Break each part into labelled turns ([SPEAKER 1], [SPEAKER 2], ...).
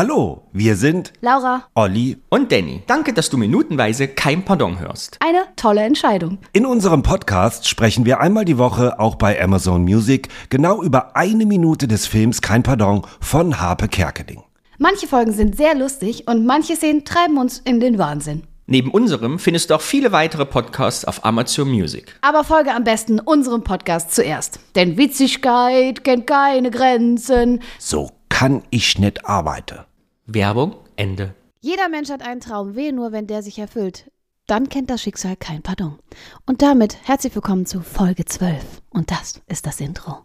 [SPEAKER 1] Hallo, wir sind
[SPEAKER 2] Laura,
[SPEAKER 1] Olli.
[SPEAKER 3] Und Danny, danke, dass du minutenweise kein Pardon hörst.
[SPEAKER 2] eine tolle Entscheidung.
[SPEAKER 1] In unserem Podcast sprechen wir einmal die Woche auch bei Amazon Music genau über eine Minute des Films Kein Pardon von Harpe Kerkeling.
[SPEAKER 2] Manche Folgen sind sehr lustig und manche Szenen treiben uns in den Wahnsinn.
[SPEAKER 3] Neben unserem findest du auch viele weitere Podcasts auf Amazon Music.
[SPEAKER 2] Aber folge am besten unserem Podcast zuerst. Denn Witzigkeit kennt keine Grenzen.
[SPEAKER 1] So kann ich nicht arbeiten.
[SPEAKER 3] Werbung, Ende.
[SPEAKER 2] Jeder Mensch hat einen Traum, wehe nur, wenn der sich erfüllt. Dann kennt das Schicksal kein Pardon. Und damit herzlich willkommen zu Folge 12. Und das ist das Intro.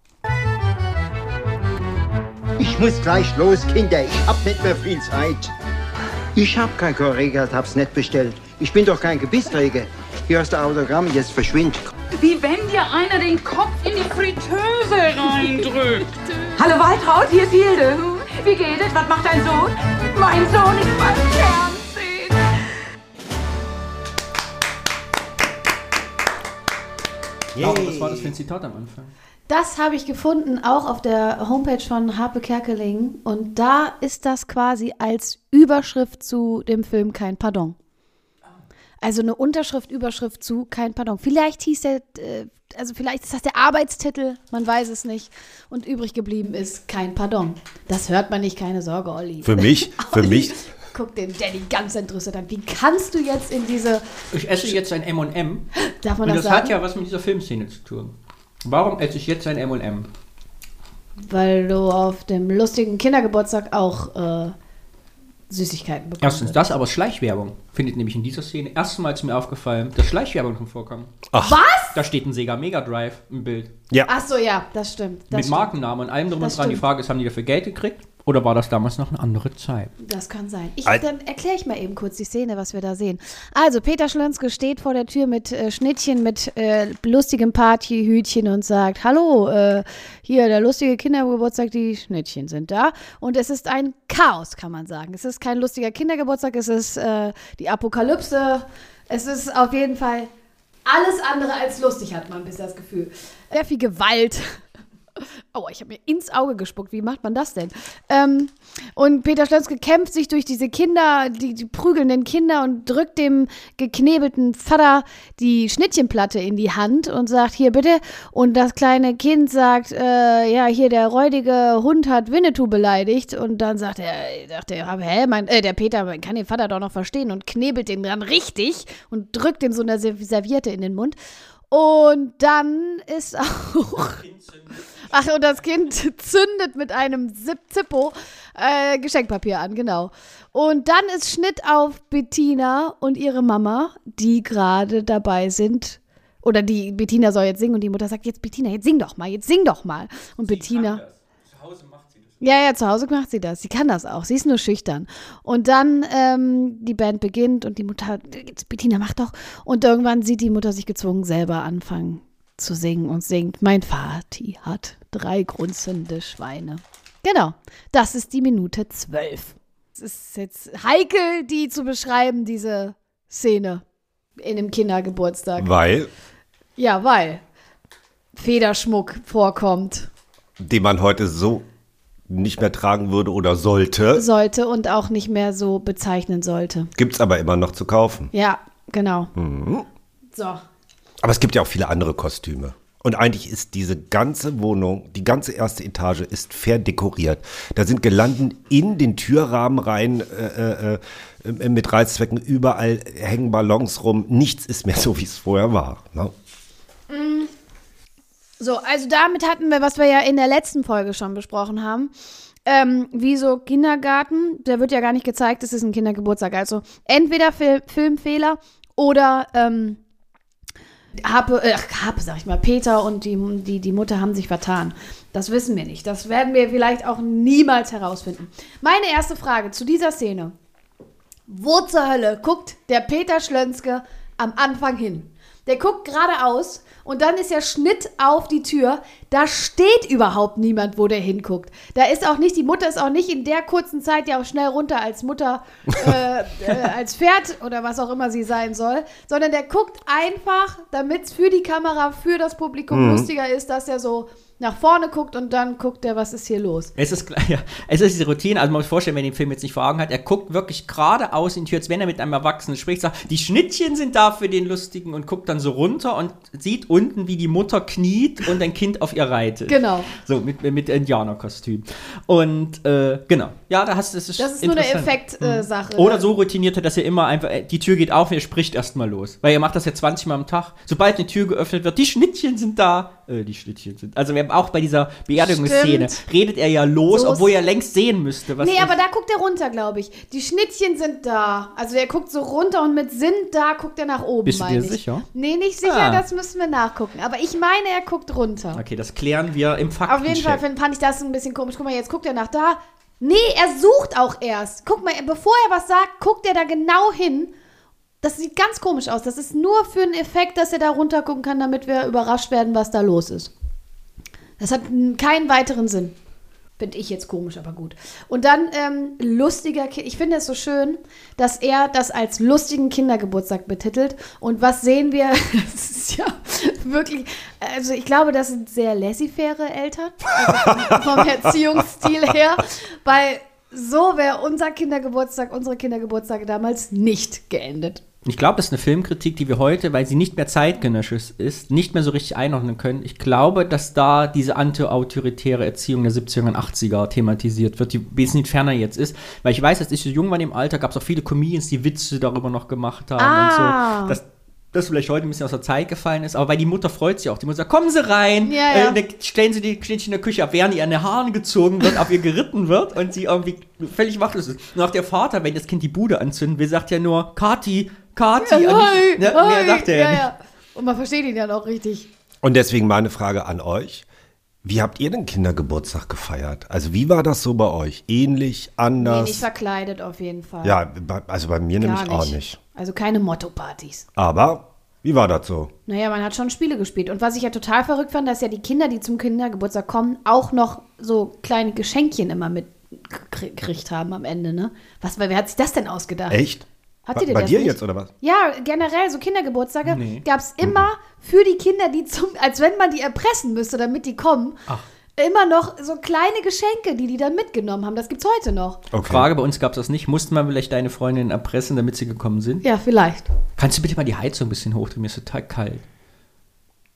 [SPEAKER 4] Ich muss gleich los, Kinder. Ich hab nicht mehr viel Zeit. Ich hab kein Korregat, hab's nicht bestellt. Ich bin doch kein Gebissträger. Hier hast du Autogramm, jetzt verschwind.
[SPEAKER 5] wie wenn dir einer den Kopf in die Fritteuse reindrückt.
[SPEAKER 6] Hallo Waltraud, hier ist Hilde. Hm? Wie geht es? Was macht dein Sohn? Mein Sohn ist beim Fernsehen.
[SPEAKER 3] Laura, was war das für ein Zitat am Anfang?
[SPEAKER 2] Das habe ich gefunden, auch auf der Homepage von Harpe Kerkeling. Und da ist das quasi als Überschrift zu dem Film Kein Pardon. Also eine Unterschrift, Überschrift zu Kein Pardon. Vielleicht hieß der, äh, also vielleicht ist das der Arbeitstitel, man weiß es nicht. Und übrig geblieben ist Kein Pardon. Das hört man nicht, keine Sorge, Olli.
[SPEAKER 1] Für mich, für
[SPEAKER 2] Olli,
[SPEAKER 1] mich.
[SPEAKER 2] Guck den Danny ganz entrüstet an. Wie kannst du jetzt in diese,
[SPEAKER 3] Ich esse jetzt ein M&M.
[SPEAKER 2] darf man
[SPEAKER 3] Und
[SPEAKER 2] das,
[SPEAKER 3] das
[SPEAKER 2] sagen?
[SPEAKER 3] hat ja was mit dieser Filmszene zu tun. Warum esse ich jetzt ein M&M?
[SPEAKER 2] Weil du auf dem lustigen Kindergeburtstag auch äh, Süßigkeiten bekommst.
[SPEAKER 3] Erstens das, aber Schleichwerbung findet nämlich in dieser Szene erstmals mir aufgefallen, dass Schleichwerbung drin vorkommt.
[SPEAKER 2] Was?
[SPEAKER 3] Da steht ein Sega Mega Drive im Bild.
[SPEAKER 1] Ja,
[SPEAKER 2] Ach so, ja, das stimmt. Das,
[SPEAKER 3] mit
[SPEAKER 2] stimmt.
[SPEAKER 3] Markennamen und allem drum
[SPEAKER 2] Das
[SPEAKER 3] und dran. Die
[SPEAKER 2] stimmt.
[SPEAKER 3] Frage ist, haben die dafür Geld gekriegt? Oder war das damals noch eine andere Zeit?
[SPEAKER 2] das kann sein. Ich,
[SPEAKER 1] Al-
[SPEAKER 2] dann erkläre ich mal eben kurz die Szene, was wir da sehen. Also, Peter Schlönske steht vor der Tür mit äh, Schnittchen, mit äh, lustigem Partyhütchen und sagt, hallo, äh, hier, der lustige Kindergeburtstag, die Schnittchen sind da. Und es ist ein Chaos, kann man sagen. Es ist kein lustiger Kindergeburtstag, es ist äh, die Apokalypse. Es ist auf jeden Fall alles andere als lustig, hat man bisher das Gefühl. Sehr viel Gewalt. Aua, ich habe mir ins Auge gespuckt. Wie macht man das denn? Ähm, und Peter Schlönske kämpft sich durch diese Kinder, die, die prügelnden Kinder und drückt dem geknebelten Vater die Schnittchenplatte in die Hand und sagt, hier bitte. Und das kleine Kind sagt, äh, ja, hier der räudige Hund hat Winnetou beleidigt. Und dann sagt er, äh, sagt er hä, mein, äh, der Peter man kann den Vater doch noch verstehen und knebelt den dann richtig und drückt ihm so eine Serviette in den Mund. Und dann ist auch... Ach, und das Kind zündet mit einem Zip Zippo äh, Geschenkpapier an, genau. Und dann ist Schnitt auf Bettina und ihre Mama, die gerade dabei sind. Oder die Bettina soll jetzt singen und die Mutter sagt, jetzt Bettina, jetzt sing doch mal, jetzt sing doch mal. Und Bettina. Ja, ja, zu Hause macht sie das. Sie kann das auch. Sie ist nur schüchtern. Und dann ähm, die Band beginnt und die Mutter, jetzt Bettina, mach doch. Und irgendwann sieht die Mutter sich gezwungen, selber anfangen zu singen und singt, mein Vati hat drei grunzende Schweine. Genau, das ist die Minute zwölf. Es ist jetzt heikel, die zu beschreiben, diese Szene in dem Kindergeburtstag.
[SPEAKER 1] weil,
[SPEAKER 2] Ja, weil Federschmuck vorkommt.
[SPEAKER 1] den man heute so nicht mehr tragen würde oder sollte,
[SPEAKER 2] sollte und auch nicht mehr so bezeichnen sollte.
[SPEAKER 1] gibt's aber immer noch zu kaufen.
[SPEAKER 2] Ja, genau. So.
[SPEAKER 1] Aber es gibt ja auch viele andere Kostüme. Und eigentlich ist diese ganze Wohnung, die ganze erste Etage ist verdekoriert. Da sind gelanden in den Türrahmen rein äh, äh, äh, mit Reißzwecken, überall hängen Ballons rum. Nichts ist mehr so, wie es vorher war. Ne?
[SPEAKER 2] So, also damit hatten wir, was wir ja in der letzten Folge schon besprochen haben. Ähm, wie so Kindergarten, der wird ja gar nicht gezeigt, es ist ein Kindergeburtstag. Also entweder Fil Filmfehler oder ähm, Harpe, äh, ach, Harpe, sag ich mal, Peter und die, die, die Mutter haben sich vertan. Das wissen wir nicht. Das werden wir vielleicht auch niemals herausfinden. Meine erste Frage zu dieser Szene. Wo zur Hölle guckt der Peter Schlönske am Anfang hin? Der guckt geradeaus und dann ist ja Schnitt auf die Tür. Da steht überhaupt niemand, wo der hinguckt. Da ist auch nicht, die Mutter ist auch nicht in der kurzen Zeit ja auch schnell runter als Mutter, äh, äh, als Pferd oder was auch immer sie sein soll, sondern der guckt einfach, damit es für die Kamera, für das Publikum lustiger ist, dass er so nach vorne guckt und dann guckt er, was ist hier los.
[SPEAKER 3] Es ist, klar, ja, es ist diese Routine, also man muss vorstellen, wenn man den Film jetzt nicht vor Augen hat, er guckt wirklich geradeaus in die Tür, als wenn er mit einem Erwachsenen spricht, sagt, die Schnittchen sind da für den Lustigen und guckt dann so runter und sieht unten, wie die Mutter kniet und ein Kind auf ihr reitet.
[SPEAKER 2] Genau.
[SPEAKER 3] So, mit, mit Indianerkostüm. Und, äh, genau. Ja, da hast du, es
[SPEAKER 2] Das ist nur eine
[SPEAKER 3] interessant.
[SPEAKER 2] Effektsache.
[SPEAKER 3] Oder so routiniert hat, dass ihr immer einfach, äh, die Tür geht auf und ihr spricht erstmal los. Weil ihr macht das ja 20 Mal am Tag. Sobald eine Tür geöffnet wird, die Schnittchen sind da. Äh, die Schnittchen sind. Also wir haben auch bei dieser Beerdigungsszene
[SPEAKER 2] Stimmt.
[SPEAKER 3] redet er ja
[SPEAKER 2] Los.
[SPEAKER 3] los, obwohl er längst sehen müsste. Was
[SPEAKER 2] Nee,
[SPEAKER 3] er-
[SPEAKER 2] aber da guckt er runter, glaube ich. Die Schnittchen sind da. Also er guckt so runter und mit sind da guckt er nach oben,
[SPEAKER 3] Bist du
[SPEAKER 2] meine
[SPEAKER 3] dir
[SPEAKER 2] ich.
[SPEAKER 3] sicher?
[SPEAKER 2] Nee, nicht sicher,
[SPEAKER 3] Ah.
[SPEAKER 2] das müssen wir nachgucken. Aber ich meine, er guckt runter.
[SPEAKER 3] Okay, das klären wir im Faktencheck.
[SPEAKER 2] Auf jeden Fall find, fand ich das ein bisschen komisch. Guck mal, jetzt guckt er nach da. Nee, er sucht auch erst. Guck mal, bevor er was sagt, guckt er da genau hin. Das sieht ganz komisch aus. Das ist nur für einen Effekt, dass er da runter gucken kann, damit wir überrascht werden, was da los ist. Das hat n- keinen weiteren Sinn. Finde ich jetzt komisch, aber gut. Und dann ähm, lustiger Ki Ich finde es so schön, dass er das als lustigen Kindergeburtstag betitelt. Und was sehen wir? Das ist ja wirklich. Also, ich glaube, das sind sehr laissez-faire Eltern. Also vom Erziehungsstil her. Weil so wäre unser Kindergeburtstag, unsere Kindergeburtstage damals nicht geendet.
[SPEAKER 3] Ich glaube, das ist eine Filmkritik, die wir heute, weil sie nicht mehr zeitgenössisch ist, nicht mehr so richtig einordnen können. Ich glaube, dass da diese antiautoritäre Erziehung der 70er und 80er thematisiert wird, die ein bisschen ferner jetzt ist. Weil ich weiß, als ich so jung war in dem Alter, gab es auch viele Comedians, die Witze darüber noch gemacht haben
[SPEAKER 2] Ah.
[SPEAKER 3] und so. Das das vielleicht heute ein bisschen aus der Zeit gefallen ist, aber weil die Mutter freut sich auch. Die Mutter sagt, kommen Sie rein,
[SPEAKER 2] Ja, ja.
[SPEAKER 3] Äh, dann stellen Sie die Schnittchen in der Küche ab, während ihr an den Haaren gezogen wird, auf ihr geritten wird und sie irgendwie völlig machtlos ist. Und auch der Vater, wenn das Kind die Bude anzünden will, sagt ja nur, Kati, Kati.
[SPEAKER 2] Ja,
[SPEAKER 3] und
[SPEAKER 2] hi,
[SPEAKER 3] nicht- ne,
[SPEAKER 2] hi.
[SPEAKER 3] Mehr sagt er ja,
[SPEAKER 2] ja,
[SPEAKER 3] nicht.
[SPEAKER 2] ja. Und man versteht ihn dann auch richtig.
[SPEAKER 1] Und deswegen meine Frage an euch. Wie habt ihr denn Kindergeburtstag gefeiert? Also wie war das so bei euch? Ähnlich, anders?
[SPEAKER 2] Wenig verkleidet auf jeden Fall.
[SPEAKER 1] ja, bei- also bei mir nämlich auch nicht.
[SPEAKER 2] Also keine Motto-Partys.
[SPEAKER 1] Aber wie war das so?
[SPEAKER 2] Naja, man hat schon Spiele gespielt. Und was ich ja total verrückt fand, dass ja die Kinder, die zum Kindergeburtstag kommen, auch noch so kleine Geschenkchen immer mitgekriegt haben am Ende, ne? Was, wer hat sich das denn ausgedacht?
[SPEAKER 1] Echt?
[SPEAKER 2] Hat
[SPEAKER 1] Bei-
[SPEAKER 2] ihr denn
[SPEAKER 1] bei
[SPEAKER 2] das
[SPEAKER 1] dir
[SPEAKER 2] nicht?
[SPEAKER 1] jetzt oder was?
[SPEAKER 2] Ja, generell so Kindergeburtstage
[SPEAKER 3] Nee.
[SPEAKER 2] gab's immer für die Kinder, die zum, als wenn man die erpressen müsste, damit die kommen, immer noch so kleine Geschenke, die die dann mitgenommen haben. Das gibt's heute noch.
[SPEAKER 1] Okay.
[SPEAKER 3] Frage, bei uns gab es das nicht. Mussten wir vielleicht deine Freundin erpressen, damit sie gekommen sind?
[SPEAKER 2] Ja, vielleicht.
[SPEAKER 3] Kannst du bitte mal die Heizung ein bisschen hochdrehen? Mir ist total kalt.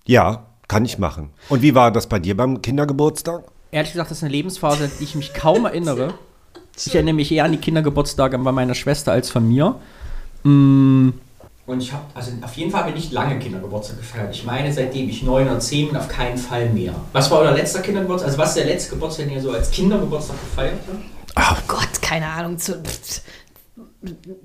[SPEAKER 1] Ja, kann ich machen. Und wie war das bei dir beim Kindergeburtstag?
[SPEAKER 3] Ehrlich gesagt, das ist eine Lebensphase, an die ich mich kaum erinnere. Ich erinnere mich eher an die Kindergeburtstage bei meiner Schwester als von mir. Mm. Und ich habe, also auf jeden Fall habe ich nicht lange Kindergeburtstag gefeiert. Ich meine, seitdem ich neun oder zehn bin, auf keinen Fall mehr. Was war euer letzter Kindergeburtstag? Also was ist der letzte Geburtstag, den ihr so als Kindergeburtstag gefeiert habt?
[SPEAKER 2] Oh Gott, keine Ahnung, zu pff,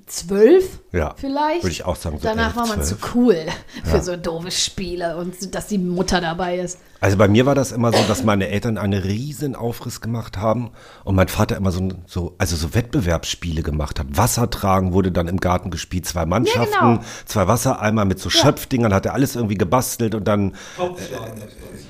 [SPEAKER 2] zwölf
[SPEAKER 1] Ja,
[SPEAKER 2] vielleicht.
[SPEAKER 1] würde ich auch sagen, so
[SPEAKER 2] Danach
[SPEAKER 1] elf,
[SPEAKER 2] war man
[SPEAKER 1] zwölf.
[SPEAKER 2] zu cool für so doofe Spiele und dass die Mutter dabei ist.
[SPEAKER 1] Also bei mir war das immer so, dass meine Eltern einen riesen Aufriss gemacht haben und mein Vater immer so, so also so Wettbewerbsspiele gemacht hat. Wassertragen wurde dann im Garten gespielt, zwei Mannschaften,
[SPEAKER 2] genau.
[SPEAKER 1] zwei Wassereimer mit so Schöpfdingern, hat er alles irgendwie gebastelt und dann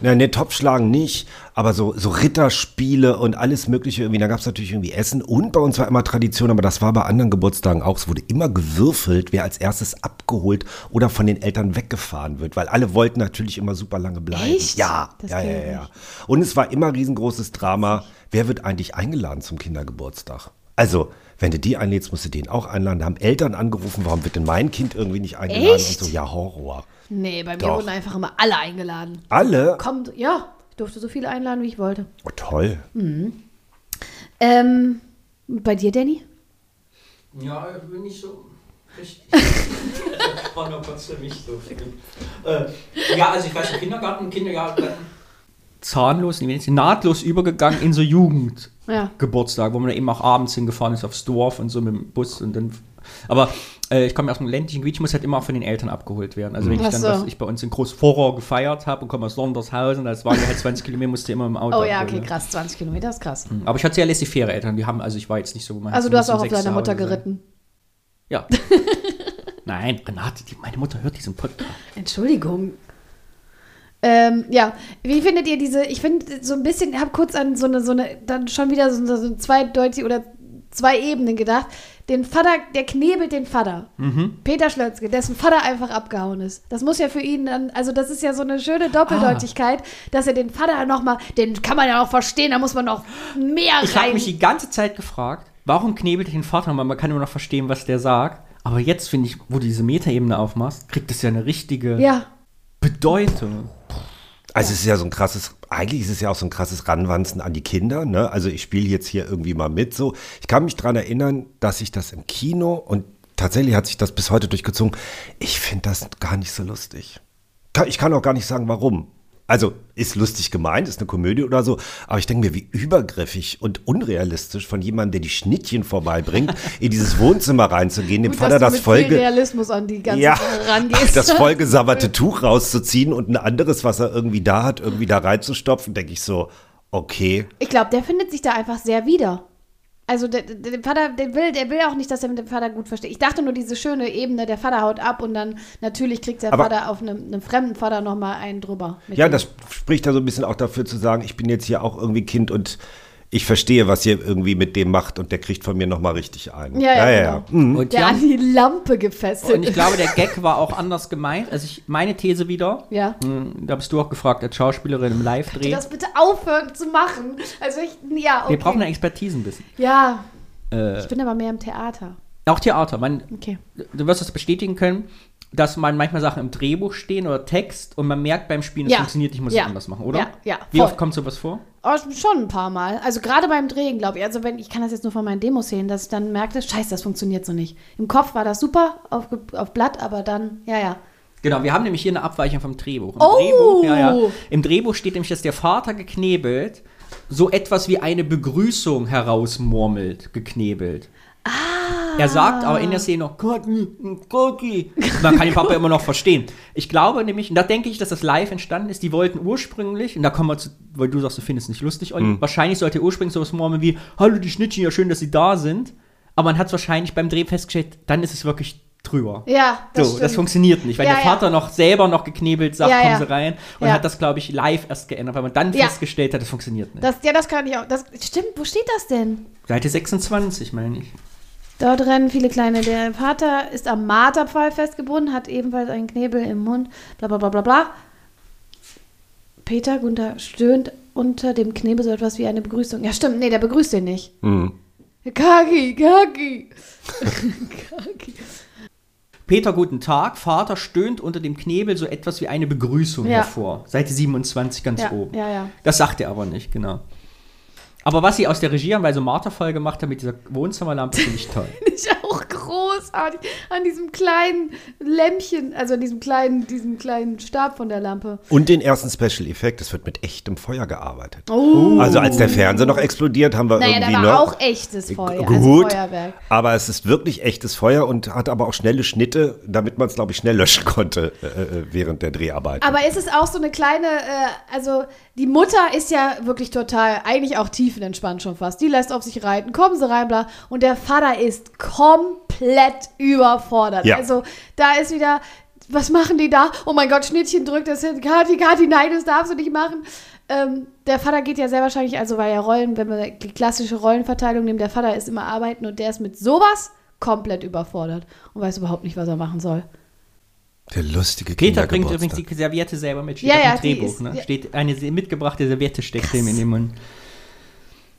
[SPEAKER 1] Ja, nee, Topfschlagen nicht, aber so, so Ritterspiele und alles Mögliche irgendwie. Da gab es natürlich irgendwie Essen und bei uns war immer Tradition, aber das war bei anderen Geburtstagen auch. Es wurde immer gewürfelt, wer als erstes abgeholt oder von den Eltern weggefahren wird, weil alle wollten natürlich immer super lange bleiben.
[SPEAKER 2] Echt?
[SPEAKER 1] Ja,
[SPEAKER 2] Das
[SPEAKER 1] ja,
[SPEAKER 2] ging
[SPEAKER 1] ja, ja. Und es war immer riesengroßes Drama. Wer wird eigentlich eingeladen zum Kindergeburtstag? Also, wenn du die einlädst, musst du den auch einladen. Da haben Eltern angerufen, warum wird denn mein Kind irgendwie nicht eingeladen?
[SPEAKER 2] Echt?
[SPEAKER 1] Und so, ja, Horror.
[SPEAKER 2] Nee, bei mir
[SPEAKER 1] Doch.
[SPEAKER 2] wurden einfach immer alle eingeladen.
[SPEAKER 1] Alle?
[SPEAKER 2] Kommt, ja, ich durfte so viele einladen, wie ich wollte.
[SPEAKER 1] Oh, toll.
[SPEAKER 2] Ähm, bei dir, Danny?
[SPEAKER 3] Ja, bin ich so richtig. war nur kurz für mich so. ja, also ich weiß, im Kindergarten, Kindergarten. Zahnlos, nee, nahtlos übergegangen in so Jugend.
[SPEAKER 2] Ja.
[SPEAKER 3] Geburtstag, wo man eben auch abends hingefahren ist aufs Dorf und so mit dem Bus und dann. Aber äh, ich komme aus einem ländlichen Gebiet, ich muss halt immer auch von den Eltern abgeholt werden. Also wenn ich
[SPEAKER 2] Ach
[SPEAKER 3] dann,
[SPEAKER 2] so.
[SPEAKER 3] was ich bei uns in Großvorrohr gefeiert habe und komme aus Londershausen, das waren ja halt 20 Kilometer, musste immer im Auto.
[SPEAKER 2] Oh ja,
[SPEAKER 3] abholen,
[SPEAKER 2] okay,
[SPEAKER 3] ne?
[SPEAKER 2] krass. 20 Kilometer ist krass.
[SPEAKER 3] Aber ich hatte sehr laissez-faire Eltern, die haben, also ich war jetzt nicht so gemeint.
[SPEAKER 2] Also,
[SPEAKER 3] ich
[SPEAKER 2] du hast
[SPEAKER 3] Mhm. muss um
[SPEAKER 2] auch auf deine
[SPEAKER 3] sechs zu
[SPEAKER 2] Mutter
[SPEAKER 3] Hause sein.
[SPEAKER 2] geritten.
[SPEAKER 3] Ja. Nein, Renate, die, meine Mutter hört diesen Podcast.
[SPEAKER 2] Entschuldigung. Ähm, ja, wie findet ihr diese, ich finde so ein bisschen, ich habe kurz an so eine, so eine, dann schon wieder so, so eine zweideutig oder zwei Ebenen gedacht. den Vater, der knebelt den Vater.
[SPEAKER 1] Mhm.
[SPEAKER 2] Peter Schlönzke, dessen Vater einfach abgehauen ist. Das muss ja für ihn dann, also das ist ja so eine schöne Doppeldeutigkeit,
[SPEAKER 1] Ah.
[SPEAKER 2] dass er den Vater nochmal, den kann man ja auch verstehen, da muss man noch mehr
[SPEAKER 3] Ich habe
[SPEAKER 2] rein.
[SPEAKER 3] mich die ganze Zeit gefragt, warum knebelt den Vater, weil man kann immer noch verstehen, was der sagt. Aber jetzt finde ich, wo du diese Metaebene aufmachst, kriegt es ja eine richtige
[SPEAKER 2] ja,
[SPEAKER 3] Bedeutung.
[SPEAKER 1] Also es ist ja so ein krasses, eigentlich ist es ja auch so ein krasses Ranwanzen an die Kinder. Ne? Also ich spiele jetzt hier irgendwie mal mit. So, ich kann mich daran erinnern, dass ich das im Kino und tatsächlich hat sich das bis heute durchgezogen. Ich finde das gar nicht so lustig. Ka- Ich kann auch gar nicht sagen, warum. Also ist lustig gemeint, ist eine Komödie oder so, aber ich denke mir, wie übergriffig und unrealistisch von jemandem, der die Schnittchen vorbeibringt, in dieses Wohnzimmer reinzugehen, dem
[SPEAKER 2] Gut,
[SPEAKER 1] Vater
[SPEAKER 2] dass du
[SPEAKER 1] das
[SPEAKER 2] mit
[SPEAKER 1] Folge
[SPEAKER 2] viel Realismus an die ganze Sache rangehst.
[SPEAKER 1] das vollgesabberte Tuch rauszuziehen und ein anderes, was er irgendwie da hat, irgendwie da reinzustopfen, denke ich so, okay.
[SPEAKER 2] Ich glaube, der findet sich da einfach sehr wieder. Also der, der, der Vater, der will, der will auch nicht, dass er mit dem Vater gut versteht. Ich dachte nur diese schöne Ebene, der Vater haut ab und dann natürlich kriegt der
[SPEAKER 1] Aber-
[SPEAKER 2] Vater auf einem, einem fremden Vater nochmal einen drüber. Mit
[SPEAKER 1] Ja,
[SPEAKER 2] dem-
[SPEAKER 1] das spricht da so ein bisschen auch dafür zu sagen, ich bin jetzt hier auch irgendwie Kind und ich verstehe, was ihr irgendwie mit dem macht und der kriegt von mir nochmal richtig ein.
[SPEAKER 2] Ja, ja, genau.
[SPEAKER 1] Mhm.
[SPEAKER 3] Und,
[SPEAKER 2] der
[SPEAKER 3] ja,
[SPEAKER 2] an die Lampe gefesselt.
[SPEAKER 3] und ich glaube, der Gag war auch anders gemeint. Also ich, meine These wieder,
[SPEAKER 2] Ja.
[SPEAKER 3] hm, da bist du auch gefragt als Schauspielerin im
[SPEAKER 2] ist.
[SPEAKER 3] Live-Dreh.
[SPEAKER 2] das bitte aufhören zu machen. Also ich, ja, okay.
[SPEAKER 3] Wir brauchen eine Expertise ein bisschen.
[SPEAKER 2] Ja,
[SPEAKER 3] Äh,
[SPEAKER 2] ich bin aber mehr im Theater.
[SPEAKER 3] auch Theater. Man,
[SPEAKER 2] Okay.
[SPEAKER 3] du wirst das bestätigen können, dass man manchmal Sachen im Drehbuch stehen oder Text und man merkt beim Spielen, es
[SPEAKER 2] Ja.
[SPEAKER 3] funktioniert, ich muss
[SPEAKER 2] Ja.
[SPEAKER 3] es anders machen, oder?
[SPEAKER 2] Ja, ja,
[SPEAKER 3] Wie
[SPEAKER 2] voll.
[SPEAKER 3] oft kommt sowas vor?
[SPEAKER 2] Oh, schon ein paar Mal. Also gerade beim Drehen, glaube ich. Also wenn, ich kann das jetzt nur von meinen Demos sehen, dass ich dann merkte, scheiße, das funktioniert so nicht. Im Kopf war das super, auf, Ge- auf Blatt, aber dann, ja, ja.
[SPEAKER 3] Genau, wir haben nämlich hier eine Abweichung vom Drehbuch. Im,
[SPEAKER 2] Oh!
[SPEAKER 3] Drehbuch, ja, ja, Im Drehbuch steht nämlich, dass der Vater geknebelt so etwas wie eine Begrüßung herausmurmelt, geknebelt. Ah. Er sagt aber in der Szene noch, Gotti, Gotti. Man kann den Papa immer noch verstehen. Ich glaube nämlich, und da denke ich, dass das live entstanden ist, die wollten ursprünglich, und da kommen wir zu, weil du sagst, du findest es nicht lustig, Olli, wahrscheinlich sollte ursprünglich sowas murmeln wie, hallo die Schnittchen, ja schön, dass sie da sind. Aber man hat es wahrscheinlich beim Dreh festgestellt, dann ist es wirklich drüber.
[SPEAKER 2] Ja, das
[SPEAKER 3] Das so, das
[SPEAKER 2] stimmt.
[SPEAKER 3] funktioniert nicht, weil
[SPEAKER 2] Ja,
[SPEAKER 3] der
[SPEAKER 2] ja.
[SPEAKER 3] Vater noch selber noch geknebelt sagt,
[SPEAKER 2] Ja,
[SPEAKER 3] kommen
[SPEAKER 2] ja.
[SPEAKER 3] Sie rein und
[SPEAKER 2] Ja.
[SPEAKER 3] hat das, glaube ich, live erst geändert, weil man dann
[SPEAKER 2] Ja.
[SPEAKER 3] festgestellt hat, das funktioniert nicht.
[SPEAKER 2] Das, ja, das kann ich auch. Das stimmt, wo steht das denn?
[SPEAKER 3] Seite 26, meine ich.
[SPEAKER 2] Dort rennen viele kleine. Der Vater ist am Marterpfahl festgebunden, hat ebenfalls einen Knebel im Mund, bla bla bla bla bla. Peter Gunther stöhnt unter dem Knebel so etwas wie eine Begrüßung. Ja, stimmt, nee, der begrüßt den nicht.
[SPEAKER 1] Mhm.
[SPEAKER 2] Kaki, Kaki. Kaki.
[SPEAKER 3] Peter, guten Tag. Vater stöhnt unter dem Knebel so etwas wie eine Begrüßung
[SPEAKER 2] Ja.
[SPEAKER 3] hervor. Seite 27 ganz
[SPEAKER 2] Ja,
[SPEAKER 3] oben.
[SPEAKER 2] ja, ja.
[SPEAKER 3] Das sagt er aber nicht, genau. Aber was sie aus der Regie haben, weil so Martha voll gemacht haben mit dieser Wohnzimmerlampe, finde ich toll.
[SPEAKER 2] Finde ich auch großartig. An diesem kleinen Lämpchen, also an diesem kleinen, diesem kleinen Stab von der Lampe.
[SPEAKER 1] Und den ersten Special Effekt, es wird mit echtem Feuer gearbeitet. Also als der Fernseher noch explodiert, haben wir
[SPEAKER 2] Oh. Naja, da
[SPEAKER 1] irgendwie
[SPEAKER 2] war
[SPEAKER 1] ne,
[SPEAKER 2] auch echtes Feuer,
[SPEAKER 1] Gut,
[SPEAKER 2] also Feuerwerk.
[SPEAKER 1] aber es ist wirklich echtes Feuer und hat aber auch schnelle Schnitte, damit man es, glaube ich, schnell löschen konnte äh, äh, während der Dreharbeit.
[SPEAKER 2] Aber ist es auch so eine kleine, äh, also die Mutter ist ja wirklich total, eigentlich auch tiefenentspannt schon fast. Die lässt auf sich reiten, kommen sie rein, bla. Und der Vater ist komplett überfordert.
[SPEAKER 1] Ja.
[SPEAKER 2] Also da ist wieder, was machen die da? Oh mein Gott, Schnittchen drückt das hin. Kathi, Kathi, nein, das darfst du nicht machen. Ähm, der Vater geht ja sehr wahrscheinlich, also weil ja Rollen, wenn wir die klassische Rollenverteilung nehmen, der Vater ist immer arbeiten und der ist mit sowas komplett überfordert und weiß überhaupt nicht, was er machen soll.
[SPEAKER 1] der lustige
[SPEAKER 3] Peter bringt
[SPEAKER 1] Kindergeburtstag.
[SPEAKER 3] übrigens die Serviette selber mit, steht
[SPEAKER 2] Ja,
[SPEAKER 3] auf dem
[SPEAKER 2] ja, die
[SPEAKER 3] Drehbuch.
[SPEAKER 2] ist-
[SPEAKER 3] ne?
[SPEAKER 2] ja.
[SPEAKER 3] Steht eine se- mitgebrachte Serviette steckt ihm in den Mund.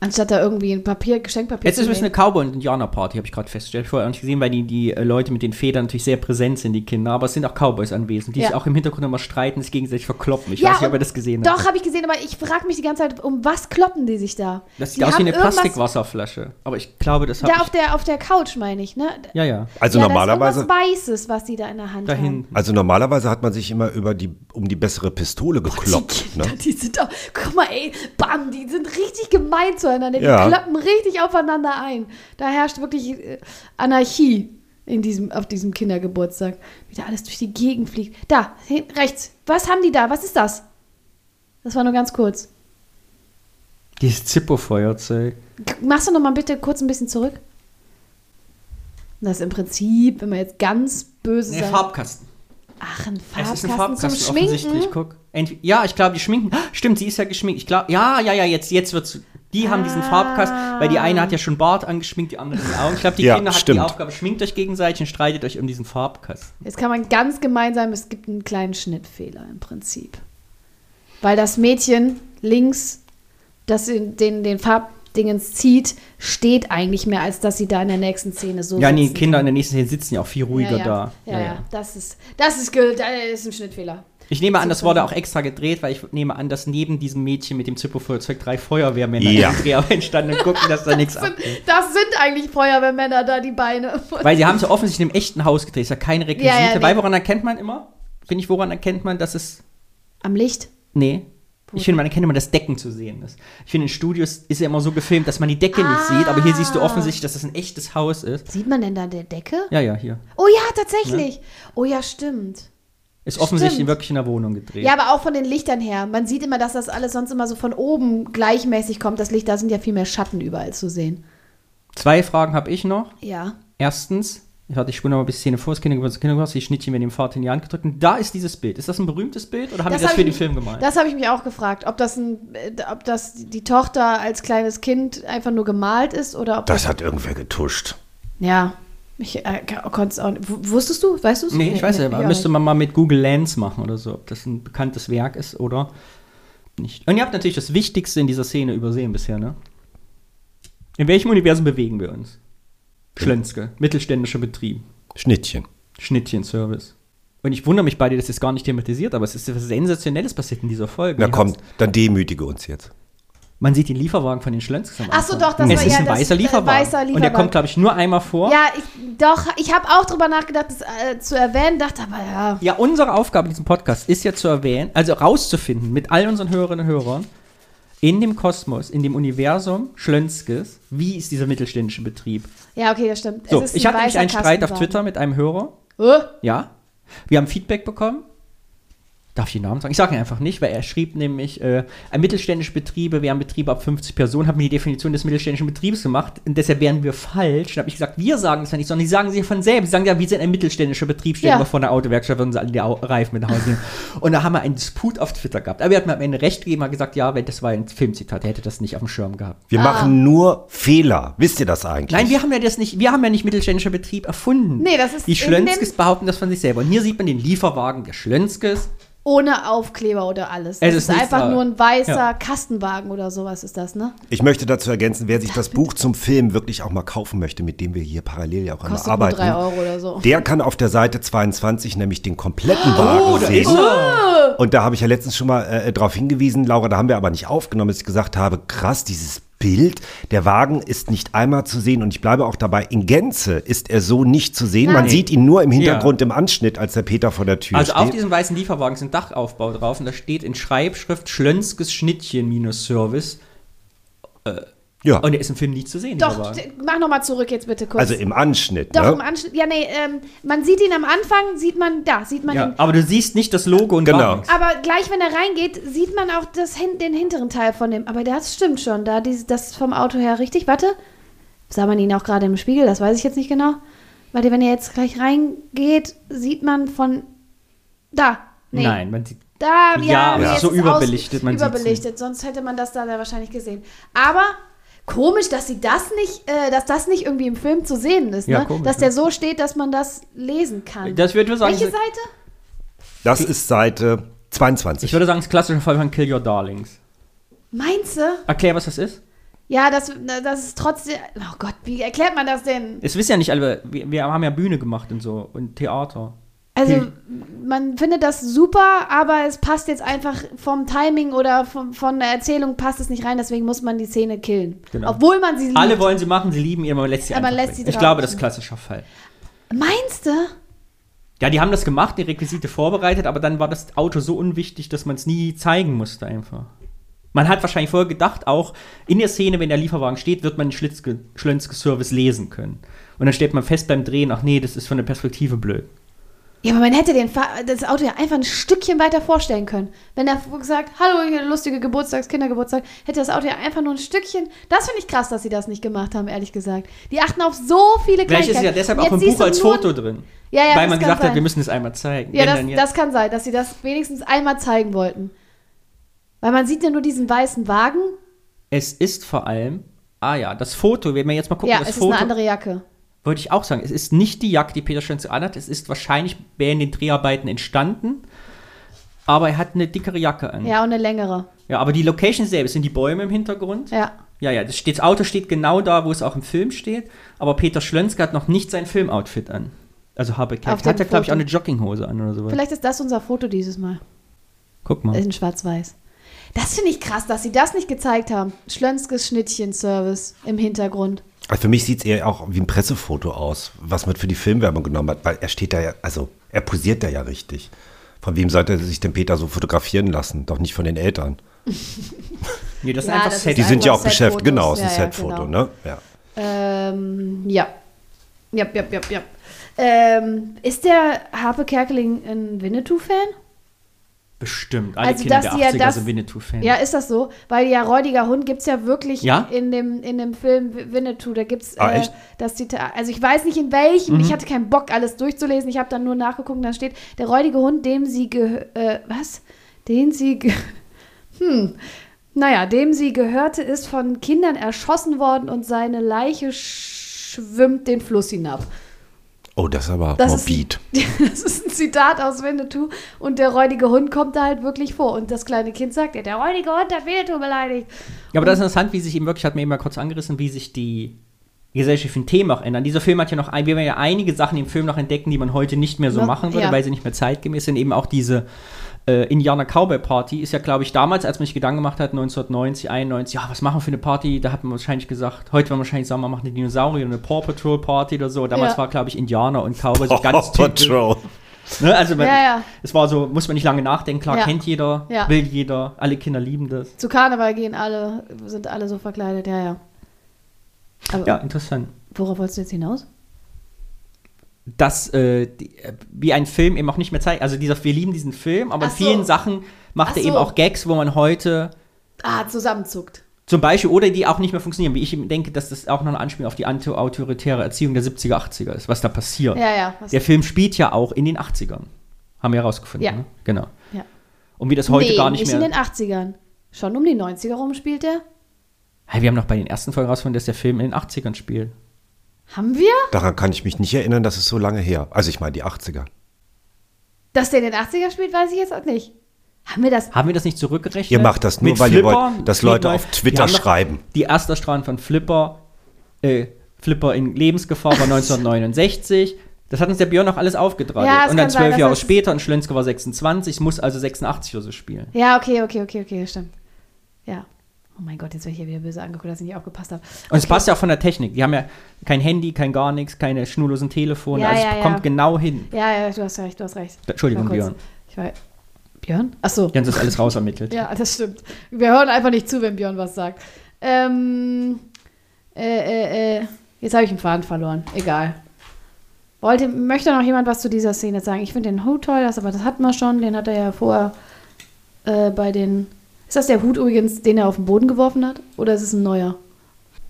[SPEAKER 2] Anstatt da irgendwie ein Papier, Geschenkpapier
[SPEAKER 3] Jetzt ist
[SPEAKER 2] zu
[SPEAKER 3] es
[SPEAKER 2] nehmen.
[SPEAKER 3] eine Cowboy- und Indianer-Party, habe ich gerade festgestellt. Vorher auch nicht gesehen, weil die, die äh, Leute mit den Federn natürlich sehr präsent sind, die Kinder. Aber es sind auch Cowboys anwesend, die
[SPEAKER 2] Ja.
[SPEAKER 3] sich auch im Hintergrund immer streiten, sich gegenseitig verkloppen. Ich weiß nicht, ob ihr das gesehen
[SPEAKER 2] Doch,
[SPEAKER 3] habt.
[SPEAKER 2] habe ich gesehen, aber ich frage mich die ganze Zeit, um was kloppen die sich da?
[SPEAKER 3] Das sieht
[SPEAKER 2] die
[SPEAKER 3] aus wie
[SPEAKER 2] haben
[SPEAKER 3] eine
[SPEAKER 2] irgendwas-
[SPEAKER 3] Plastikwasserflasche. Aber ich glaube, das
[SPEAKER 2] Da
[SPEAKER 3] habe
[SPEAKER 2] auf
[SPEAKER 3] ich...
[SPEAKER 2] der, auf der Couch, meine ich, ne?
[SPEAKER 3] Ja, ja.
[SPEAKER 1] Also
[SPEAKER 2] ja,
[SPEAKER 1] normalerweise.
[SPEAKER 2] Das ist irgendwas Weißes, was die da in der Hand
[SPEAKER 3] Dahin.
[SPEAKER 2] haben.
[SPEAKER 1] Also normalerweise hat man sich immer über die, um die bessere Pistole gekloppt.
[SPEAKER 2] Die Kinder,
[SPEAKER 1] ne?
[SPEAKER 2] die sind auch, guck mal, ey, bam, die sind richtig gemein zueinander. Die
[SPEAKER 1] Ja.
[SPEAKER 2] kloppen richtig aufeinander ein. Da herrscht wirklich äh, Anarchie in diesem, auf diesem Kindergeburtstag. Wie da alles durch die Gegend fliegt. Da, hin, rechts. Was haben die da? Was ist das? Das war nur ganz kurz.
[SPEAKER 3] Dieses Zippo-Feuerzeug.
[SPEAKER 2] Machst du noch mal bitte kurz ein bisschen zurück? Das ist im Prinzip, wenn man jetzt ganz böse
[SPEAKER 3] Nee,
[SPEAKER 2] sagt.
[SPEAKER 3] Farbkasten.
[SPEAKER 2] Ach, ein
[SPEAKER 3] Es
[SPEAKER 2] Farbkasten,
[SPEAKER 3] ist ein Farbkasten
[SPEAKER 2] zum Schminken.
[SPEAKER 3] offensichtlich, guck. Entweder, ja, ich glaube, die schminken. Ah, Stimmt, sie ist ja geschminkt. Ich glaube, ja, ja, ja, jetzt, jetzt wird's. Die haben
[SPEAKER 2] Ah.
[SPEAKER 3] diesen Farbkasten, weil die eine hat ja schon Bart angeschminkt, die andere die Augen. Ich glaube, die
[SPEAKER 1] Ja,
[SPEAKER 3] Kinder hat die
[SPEAKER 1] stimmt.
[SPEAKER 3] Aufgabe, schminkt euch gegenseitig und streitet euch um diesen Farbkasten.
[SPEAKER 2] Jetzt kann man ganz gemein sein, es gibt einen kleinen Schnittfehler im Prinzip. Weil das Mädchen links, das den, den, den Farbdingens zieht, steht eigentlich mehr, als dass sie da in der nächsten Szene so
[SPEAKER 3] Ja, nee,
[SPEAKER 2] sitzen
[SPEAKER 3] Kinder in der nächsten Szene sitzen ja auch viel
[SPEAKER 2] kann.
[SPEAKER 3] ruhiger
[SPEAKER 2] ja,
[SPEAKER 3] da.
[SPEAKER 2] Ja, ja, ja, Das, ist, das, ist, ge- da ist ein Schnittfehler.
[SPEAKER 3] Ich nehme an, das wurde auch extra gedreht, weil ich nehme an, dass neben diesem Mädchen mit dem Zippo-Feuerzeug drei Feuerwehrmänner
[SPEAKER 1] Ja.
[SPEAKER 3] im Dreharbeiten standen und gucken, dass da nichts abgeht.
[SPEAKER 2] Das sind eigentlich Feuerwehrmänner da, die Beine.
[SPEAKER 3] Weil sie haben es ja offensichtlich in einem echten Haus gedreht, ist ja keine Requisite.
[SPEAKER 2] Ja, ja, nee.
[SPEAKER 3] Weil woran erkennt man immer? Finde ich, woran erkennt man, dass es
[SPEAKER 2] Am Licht?
[SPEAKER 3] Nee. Ich finde, man erkennt immer, dass Decken zu sehen ist. Ich finde, in Studios ist ja immer so gefilmt, dass man die Decke nicht sieht, aber hier siehst
[SPEAKER 2] Ah.
[SPEAKER 3] du offensichtlich, dass das ein echtes Haus ist.
[SPEAKER 2] Sieht man denn da der Decke?
[SPEAKER 3] Ja, ja, hier.
[SPEAKER 2] Oh ja, tatsächlich. Oh ja, stimmt.
[SPEAKER 3] Ist offensichtlich
[SPEAKER 2] Stimmt.
[SPEAKER 3] wirklich in der Wohnung gedreht.
[SPEAKER 2] Ja, aber auch von den Lichtern her. Man sieht immer, dass das alles sonst immer so von oben gleichmäßig kommt. Das Licht, da sind ja viel mehr Schatten überall zu sehen.
[SPEAKER 3] Zwei Fragen habe ich noch.
[SPEAKER 2] Ja.
[SPEAKER 3] Erstens, ich warte, ich spule nochmal bis Szene vor, das Kindergeburtstag, Kindergeburtstag, die Schnittchen mit dem Vater in die Hand gedrückt. Und da ist dieses Bild. Ist das ein berühmtes Bild oder haben die das
[SPEAKER 2] hab
[SPEAKER 3] für
[SPEAKER 2] ich
[SPEAKER 3] den
[SPEAKER 2] mich-
[SPEAKER 3] Film gemalt?
[SPEAKER 2] Das habe ich mich auch gefragt, ob das, ein, äh, ob das die Tochter als kleines Kind einfach nur gemalt ist oder ob das.
[SPEAKER 1] Das hat irgendwer getuscht.
[SPEAKER 2] ja. Ich äh, konnte es auch nicht. W- Wusstest du? Weißt du es?
[SPEAKER 3] nee, ich weiß ja,
[SPEAKER 2] auch
[SPEAKER 3] müsste man mal mit Google Lens machen oder so, ob das ein bekanntes Werk ist oder nicht. Und ihr habt natürlich das Wichtigste in dieser Szene übersehen bisher, ne? In welchem Universum bewegen wir uns? Schlönske, mittelständischer Betrieb,
[SPEAKER 1] Schnittchen.
[SPEAKER 3] Schnittchen-Service. Und ich wundere mich bei dir, dass das gar nicht thematisiert, aber es ist was Sensationelles passiert in dieser Folge.
[SPEAKER 1] Na
[SPEAKER 3] Die
[SPEAKER 1] komm,
[SPEAKER 3] haben's-
[SPEAKER 1] dann demütige uns jetzt.
[SPEAKER 3] Man sieht den Lieferwagen von den Schlönskes. am
[SPEAKER 2] Ach so,
[SPEAKER 3] Anfang.
[SPEAKER 2] doch, das
[SPEAKER 3] es
[SPEAKER 2] war
[SPEAKER 3] ist
[SPEAKER 2] ja
[SPEAKER 3] ein
[SPEAKER 2] das-
[SPEAKER 3] weißer,
[SPEAKER 2] äh,
[SPEAKER 3] Lieferwagen.
[SPEAKER 2] weißer
[SPEAKER 3] Und der
[SPEAKER 2] Lieferwagen.
[SPEAKER 3] kommt, glaube ich, nur einmal vor.
[SPEAKER 2] Ja, ich, doch. Ich habe auch drüber nachgedacht, das äh, zu erwähnen, dachte aber ja.
[SPEAKER 3] Ja, unsere Aufgabe in diesem Podcast ist ja zu erwähnen, also rauszufinden mit all unseren Hörerinnen und Hörern, in dem Kosmos, in dem Universum Schlönskes, wie ist dieser mittelständische Betrieb?
[SPEAKER 2] Ja, okay, das stimmt.
[SPEAKER 3] So,
[SPEAKER 2] Es ist ein
[SPEAKER 3] ich hatte nämlich
[SPEAKER 2] weißer
[SPEAKER 3] einen Streit auf
[SPEAKER 2] Kastenwagen.
[SPEAKER 3] Twitter mit einem Hörer.
[SPEAKER 2] Äh,
[SPEAKER 3] Ja. Wir haben Feedback bekommen. Darf ich den Namen sagen? Ich sage ihn einfach nicht, weil er schrieb nämlich, äh, ein mittelständische Betriebe wären Betriebe ab 50 Personen, haben mir die Definition des mittelständischen Betriebs gemacht und deshalb wären wir falsch. Dann habe ich gesagt, wir sagen das ja nicht, sondern die sagen sie von selbst. Die sagen ja, wir sind ein mittelständischer Betrieb, stehen
[SPEAKER 2] Ja.
[SPEAKER 3] wir vor einer Autowerkstatt, würden sie alle die Au- Reifen mit nach Hause nehmen. Und da haben wir einen Disput auf Twitter gehabt. Aber er hat mir am Ende recht gegeben, hat gesagt, ja, weil das war ein Filmzitat, er hätte das nicht auf dem Schirm gehabt.
[SPEAKER 2] Ah.
[SPEAKER 1] Wir machen nur Fehler. Wisst ihr das eigentlich?
[SPEAKER 3] Nein, wir haben ja das nicht, wir haben ja nicht mittelständischer Betrieb erfunden.
[SPEAKER 2] Nee, das ist
[SPEAKER 3] Die
[SPEAKER 2] in
[SPEAKER 3] Schlönskes
[SPEAKER 2] dem-
[SPEAKER 3] behaupten das von sich selber. Und hier sieht man den Lieferwagen der Schlönskes.
[SPEAKER 2] Ohne Aufkleber oder alles. Das
[SPEAKER 3] Es ist
[SPEAKER 2] ist,
[SPEAKER 3] nichts
[SPEAKER 2] einfach
[SPEAKER 3] dabei.
[SPEAKER 2] nur ein weißer
[SPEAKER 3] Ja.
[SPEAKER 2] Kastenwagen oder sowas ist das, ne?
[SPEAKER 1] Ich möchte dazu ergänzen, wer sich das Buch zum Film wirklich auch mal kaufen möchte, mit dem wir hier parallel ja auch einmal
[SPEAKER 2] Kostet nur
[SPEAKER 1] arbeiten,
[SPEAKER 2] drei Euro oder so. Oh,
[SPEAKER 1] der kann auf der Seite 22 nämlich den kompletten Wagen sehen. Und da habe ich ja letztens schon mal äh, darauf hingewiesen, Laura, da haben wir aber nicht aufgenommen, dass ich gesagt habe, krass, dieses Bild, der Wagen ist nicht einmal zu sehen und ich bleibe auch dabei, in Gänze ist er so nicht zu sehen. Man
[SPEAKER 2] Nein.
[SPEAKER 1] sieht ihn nur im Hintergrund im Anschnitt, als der Peter vor der Tür
[SPEAKER 3] Also auf
[SPEAKER 1] steht.
[SPEAKER 3] diesem weißen Lieferwagen ist ein Dachaufbau drauf und da steht in Schreibschrift Schlönskes Schnittchen minus Service.
[SPEAKER 1] Ja,
[SPEAKER 3] Und der ist im Film nie zu sehen, dieser
[SPEAKER 2] Doch,
[SPEAKER 3] Wagen.
[SPEAKER 2] d- mach nochmal zurück jetzt bitte kurz.
[SPEAKER 1] also im Anschnitt.
[SPEAKER 2] Doch,
[SPEAKER 1] ne?
[SPEAKER 2] im Anschluss. Ja, nee, ähm, man sieht ihn am Anfang, sieht man, da sieht man
[SPEAKER 3] Ja,
[SPEAKER 2] ihn.
[SPEAKER 3] aber du siehst nicht das Logo und
[SPEAKER 1] Genau.
[SPEAKER 3] gar nichts.
[SPEAKER 2] Aber gleich, wenn er reingeht, sieht man auch das, hin- den hinteren Teil von dem. Aber das stimmt schon, da die, das vom Auto her richtig. Warte, sah man ihn auch gerade im Spiegel, das weiß ich jetzt nicht genau. Warte, wenn er jetzt gleich reingeht, sieht man von da. Nee.
[SPEAKER 3] Nein, man sieht.
[SPEAKER 2] Da, ja,
[SPEAKER 3] Ja, aber
[SPEAKER 2] jetzt
[SPEAKER 3] es ist so
[SPEAKER 2] ist
[SPEAKER 3] überbelichtet, man sieht's
[SPEAKER 2] überbelichtet, sonst hätte man das da sehr wahrscheinlich gesehen. Aber komisch, dass sie das nicht, äh, dass das nicht irgendwie im Film zu sehen ist,
[SPEAKER 3] Ja,
[SPEAKER 2] ne?
[SPEAKER 3] komisch,
[SPEAKER 2] dass
[SPEAKER 3] ne?
[SPEAKER 2] der so steht, dass man das lesen kann.
[SPEAKER 3] Das würde ich sagen.
[SPEAKER 2] Welche Seite?
[SPEAKER 1] Das ist Seite
[SPEAKER 3] Ich
[SPEAKER 1] 22.
[SPEAKER 3] würde sagen, das klassische Fall von Kill Your Darlings.
[SPEAKER 2] Meinst du?
[SPEAKER 3] Erklär, was das ist.
[SPEAKER 2] Ja, das, das ist trotzdem. Oh Gott, wie erklärt man das denn?
[SPEAKER 3] Es wissen ja nicht alle, wir, wir haben ja Bühne gemacht und so und Theater.
[SPEAKER 2] Also,
[SPEAKER 3] Hm.
[SPEAKER 2] man findet das super, aber es passt jetzt einfach vom Timing oder vom, von der Erzählung passt es nicht rein, deswegen muss man die Szene killen.
[SPEAKER 3] Genau.
[SPEAKER 2] Obwohl man sie liebt.
[SPEAKER 3] Alle wollen sie machen, sie lieben ihr, aber man lässt sie
[SPEAKER 2] Aber
[SPEAKER 3] einfach
[SPEAKER 2] lässt
[SPEAKER 3] weg.
[SPEAKER 2] sie
[SPEAKER 3] Ich
[SPEAKER 2] drauf.
[SPEAKER 3] glaube, das ist klassischer Fall.
[SPEAKER 2] Meinst du?
[SPEAKER 3] Ja, die haben das gemacht, die Requisite vorbereitet, aber dann war das Auto so unwichtig, dass man es nie zeigen musste einfach. Man hat wahrscheinlich vorher gedacht, auch in der Szene, wenn der Lieferwagen steht, wird man den Schlitzke, Schlönske Service lesen können. Und dann stellt man fest beim Drehen, ach nee, das ist von der Perspektive blöd.
[SPEAKER 2] Ja, aber man hätte den Fa das Auto ja einfach ein Stückchen weiter vorstellen können. Wenn er sagt, hallo, hier lustige Geburtstags-, Kindergeburtstag, hätte das Auto ja einfach nur ein Stückchen. Das finde ich krass, dass sie das nicht gemacht haben, ehrlich gesagt. Die achten auf so viele
[SPEAKER 3] Vielleicht
[SPEAKER 2] Kleinigkeiten.
[SPEAKER 3] ist ja deshalb auch
[SPEAKER 2] Jetzt
[SPEAKER 3] im
[SPEAKER 2] siehst
[SPEAKER 3] Buch
[SPEAKER 2] du
[SPEAKER 3] als
[SPEAKER 2] nur-
[SPEAKER 3] Foto drin.
[SPEAKER 2] Ja, ja,
[SPEAKER 3] weil
[SPEAKER 2] das
[SPEAKER 3] man
[SPEAKER 2] kann
[SPEAKER 3] gesagt
[SPEAKER 2] sein.
[SPEAKER 3] hat, wir müssen es einmal zeigen.
[SPEAKER 2] Ja,
[SPEAKER 3] Wenn
[SPEAKER 2] das,
[SPEAKER 3] dann jetzt-
[SPEAKER 2] das kann sein, dass sie das wenigstens einmal zeigen wollten. Weil man sieht ja nur diesen weißen Wagen.
[SPEAKER 3] es ist vor allem, ah ja, das Foto, wenn wir jetzt mal gucken,
[SPEAKER 2] ja,
[SPEAKER 3] das
[SPEAKER 2] es
[SPEAKER 3] Foto,
[SPEAKER 2] ist eine andere Jacke.
[SPEAKER 3] wollte ich auch sagen, es ist nicht die Jacke, die Peter Schönze anhat, es ist wahrscheinlich während den Dreharbeiten entstanden, aber er hat eine dickere Jacke an.
[SPEAKER 2] Ja, und eine längere.
[SPEAKER 3] Ja, aber die Location selbst sind die Bäume im Hintergrund.
[SPEAKER 2] Ja.
[SPEAKER 3] Ja, ja, das, steht, das Auto steht genau da, wo es auch im Film steht. Aber Peter Schlönske hat noch nicht sein Filmoutfit an. Also habe
[SPEAKER 2] Auf
[SPEAKER 3] hat
[SPEAKER 2] dem
[SPEAKER 3] er, glaube ich,
[SPEAKER 2] Foto.
[SPEAKER 3] auch eine Jogginghose an oder sowas.
[SPEAKER 2] Vielleicht ist das unser Foto dieses Mal.
[SPEAKER 3] Guck mal.
[SPEAKER 2] In schwarz-weiß. Das finde ich krass, dass sie das nicht gezeigt haben. Schlönskes Schnittchen-Service im Hintergrund.
[SPEAKER 1] Also für mich sieht es eher auch wie ein Pressefoto aus, was man für die Filmwerbung genommen hat, weil er steht da ja, also er posiert da ja richtig. Von wem sollte sich denn Peter so fotografieren lassen? Doch nicht von den Eltern.
[SPEAKER 3] Nee, das
[SPEAKER 2] Ja,
[SPEAKER 3] ist einfach
[SPEAKER 2] das
[SPEAKER 3] Set.
[SPEAKER 1] Die
[SPEAKER 2] ist
[SPEAKER 1] sind
[SPEAKER 2] einfach
[SPEAKER 1] ja auch
[SPEAKER 2] Set-Fotos.
[SPEAKER 1] beschäftigt, genau, es ist ein
[SPEAKER 2] Ja, ja,
[SPEAKER 1] Setfoto,
[SPEAKER 2] genau.
[SPEAKER 1] ne? Ja.
[SPEAKER 2] Ähm, ja. Ja, ja, ja, ja. Ähm, ist der Harpe Kerkeling ein Winnetou-Fan?
[SPEAKER 3] Bestimmt. Alle
[SPEAKER 2] Also,
[SPEAKER 3] Kinder
[SPEAKER 2] dass
[SPEAKER 3] der
[SPEAKER 2] die ja
[SPEAKER 3] 80er
[SPEAKER 2] das-
[SPEAKER 3] sind Winnetou-Fan.
[SPEAKER 2] Ja, ist das so? Weil ja Räudiger Hund gibt es ja wirklich
[SPEAKER 3] Ja?
[SPEAKER 2] In, dem, in dem Film W- Winnetou. Da gibt es
[SPEAKER 1] Ah,
[SPEAKER 2] äh,
[SPEAKER 1] echt?
[SPEAKER 2] das Zitat. Also ich weiß nicht in welchem.
[SPEAKER 3] Mhm.
[SPEAKER 2] Ich hatte keinen Bock, alles durchzulesen. Ich habe dann nur nachgeguckt und da steht, der räudige Hund, dem sie gehö- äh, was? Den sie ge hm. Naja, dem sie gehörte, ist von Kindern erschossen worden und seine Leiche sch- schwimmt den Fluss hinab.
[SPEAKER 1] Oh, das ist aber
[SPEAKER 2] Das ist,
[SPEAKER 1] morbid.
[SPEAKER 2] das ist ein Zitat aus Winnetou und der räudige Hund kommt da halt wirklich vor. Und das kleine Kind sagt ja, der räudige Hund hat Winnetou beleidigt.
[SPEAKER 3] Ja, aber
[SPEAKER 2] Mhm.
[SPEAKER 3] das ist interessant, wie sich eben wirklich, hat mir eben mal kurz angerissen, wie sich die gesellschaftlichen Themen auch ändern. Dieser Film hat ja noch, ein, wir werden ja einige Sachen im Film noch entdecken, die man heute nicht mehr so
[SPEAKER 2] Ja,
[SPEAKER 3] machen würde,
[SPEAKER 2] ja.
[SPEAKER 3] weil sie nicht mehr zeitgemäß sind. Eben auch diese äh, Indianer Cowboy Party ist ja, glaube ich, damals, als man sich Gedanken gemacht hat, 1990, 91, ja, was machen wir für eine Party? Da hat man wahrscheinlich gesagt, heute werden wir wahrscheinlich sagen, wir machen eine Dinosaurier, eine Paw Patrol Party oder so. Damals
[SPEAKER 2] Ja.
[SPEAKER 3] war, glaube ich, Indianer und Cowboy so
[SPEAKER 1] Oh,
[SPEAKER 3] ganz typisch.
[SPEAKER 1] Patrol.
[SPEAKER 3] Ne? Also man,
[SPEAKER 2] Ja, ja.
[SPEAKER 3] es war so, muss man nicht lange nachdenken, klar
[SPEAKER 2] Ja.
[SPEAKER 3] kennt jeder,
[SPEAKER 2] Ja.
[SPEAKER 3] will jeder, alle Kinder lieben das.
[SPEAKER 2] Zu Karneval gehen alle, sind alle so verkleidet, ja, ja. Aber
[SPEAKER 3] Ja, interessant.
[SPEAKER 2] worauf wolltest du jetzt hinaus?
[SPEAKER 3] dass äh, die, äh, wie ein Film eben auch nicht mehr zeigt. Also dieser, wir lieben diesen Film, aber
[SPEAKER 2] Ach
[SPEAKER 3] in vielen
[SPEAKER 2] so.
[SPEAKER 3] Sachen macht
[SPEAKER 2] Ach
[SPEAKER 3] er
[SPEAKER 2] so.
[SPEAKER 3] eben auch Gags, wo man heute
[SPEAKER 2] Ah, zusammenzuckt.
[SPEAKER 3] zum Beispiel oder die auch nicht mehr funktionieren. Wie ich eben denke, dass das auch noch eine Anspielung auf die anti- autoritäre Erziehung der 70er, 80er ist, was da passiert.
[SPEAKER 2] Ja, ja. Was,
[SPEAKER 3] Der Film spielt ja auch in den 80ern. Haben wir herausgefunden.
[SPEAKER 2] Ja.
[SPEAKER 3] Ne? Genau.
[SPEAKER 2] Ja.
[SPEAKER 3] Und wie das heute
[SPEAKER 2] nee,
[SPEAKER 3] gar nicht mehr.
[SPEAKER 2] in den 80ern. Schon um die 90er rum spielt er.
[SPEAKER 3] Hey, wir haben noch bei den ersten Folgen herausgefunden, dass der Film in den 80ern spielt.
[SPEAKER 2] Haben wir?
[SPEAKER 1] Daran kann ich mich nicht erinnern, das ist so lange her. Also ich meine die 80er.
[SPEAKER 2] Dass der in den 80ern spielt, weiß ich jetzt auch nicht. Haben wir das?
[SPEAKER 3] Haben wir das nicht zurückgerechnet?
[SPEAKER 1] Ihr macht das nur,
[SPEAKER 3] Mit
[SPEAKER 1] weil ihr
[SPEAKER 3] Flipper,
[SPEAKER 1] wollt, dass
[SPEAKER 3] mit
[SPEAKER 1] Leute
[SPEAKER 3] neu-
[SPEAKER 1] auf Twitter
[SPEAKER 3] Wir haben doch
[SPEAKER 1] schreiben.
[SPEAKER 3] Die Ersterstrahlen von Flipper, äh, Flipper in Lebensgefahr war 1969. Das hat uns der Björn noch alles aufgetragen.
[SPEAKER 2] Ja, es
[SPEAKER 3] und dann
[SPEAKER 2] kann sein,
[SPEAKER 3] zwölf
[SPEAKER 2] dass
[SPEAKER 3] Jahre
[SPEAKER 2] das-
[SPEAKER 3] später, und Schlönske war 26, es muss also 86 oder so spielen.
[SPEAKER 2] Ja, okay, okay, okay, okay, stimmt. Ja. Oh mein Gott, jetzt werde ich hier wieder böse angeguckt, dass ich nicht aufgepasst habe.
[SPEAKER 3] Und es passt ja auch von der Technik. Die haben ja kein Handy, kein gar nichts, keine schnurlosen Telefone.
[SPEAKER 2] Ja,
[SPEAKER 3] also
[SPEAKER 2] ja,
[SPEAKER 3] es
[SPEAKER 2] ja.
[SPEAKER 3] kommt genau hin.
[SPEAKER 2] Ja, ja, du hast recht, du hast recht.
[SPEAKER 3] Da- Entschuldigung,
[SPEAKER 2] Mal kurz.
[SPEAKER 3] Björn.
[SPEAKER 2] Ich war, Björn? Achso.
[SPEAKER 3] Jens ist alles rausermittelt.
[SPEAKER 2] Ja, das stimmt. Wir hören einfach nicht zu, wenn Björn was sagt. Ähm, äh, äh, äh, jetzt habe ich den Faden verloren. Egal. Wollte, möchte noch jemand was zu dieser Szene sagen? Ich finde den Hut toll, das, aber das hatten wir schon. Den hat er ja vorher äh, bei den. Ist das der Hut übrigens, den er auf den Boden geworfen hat? Oder ist es ein neuer?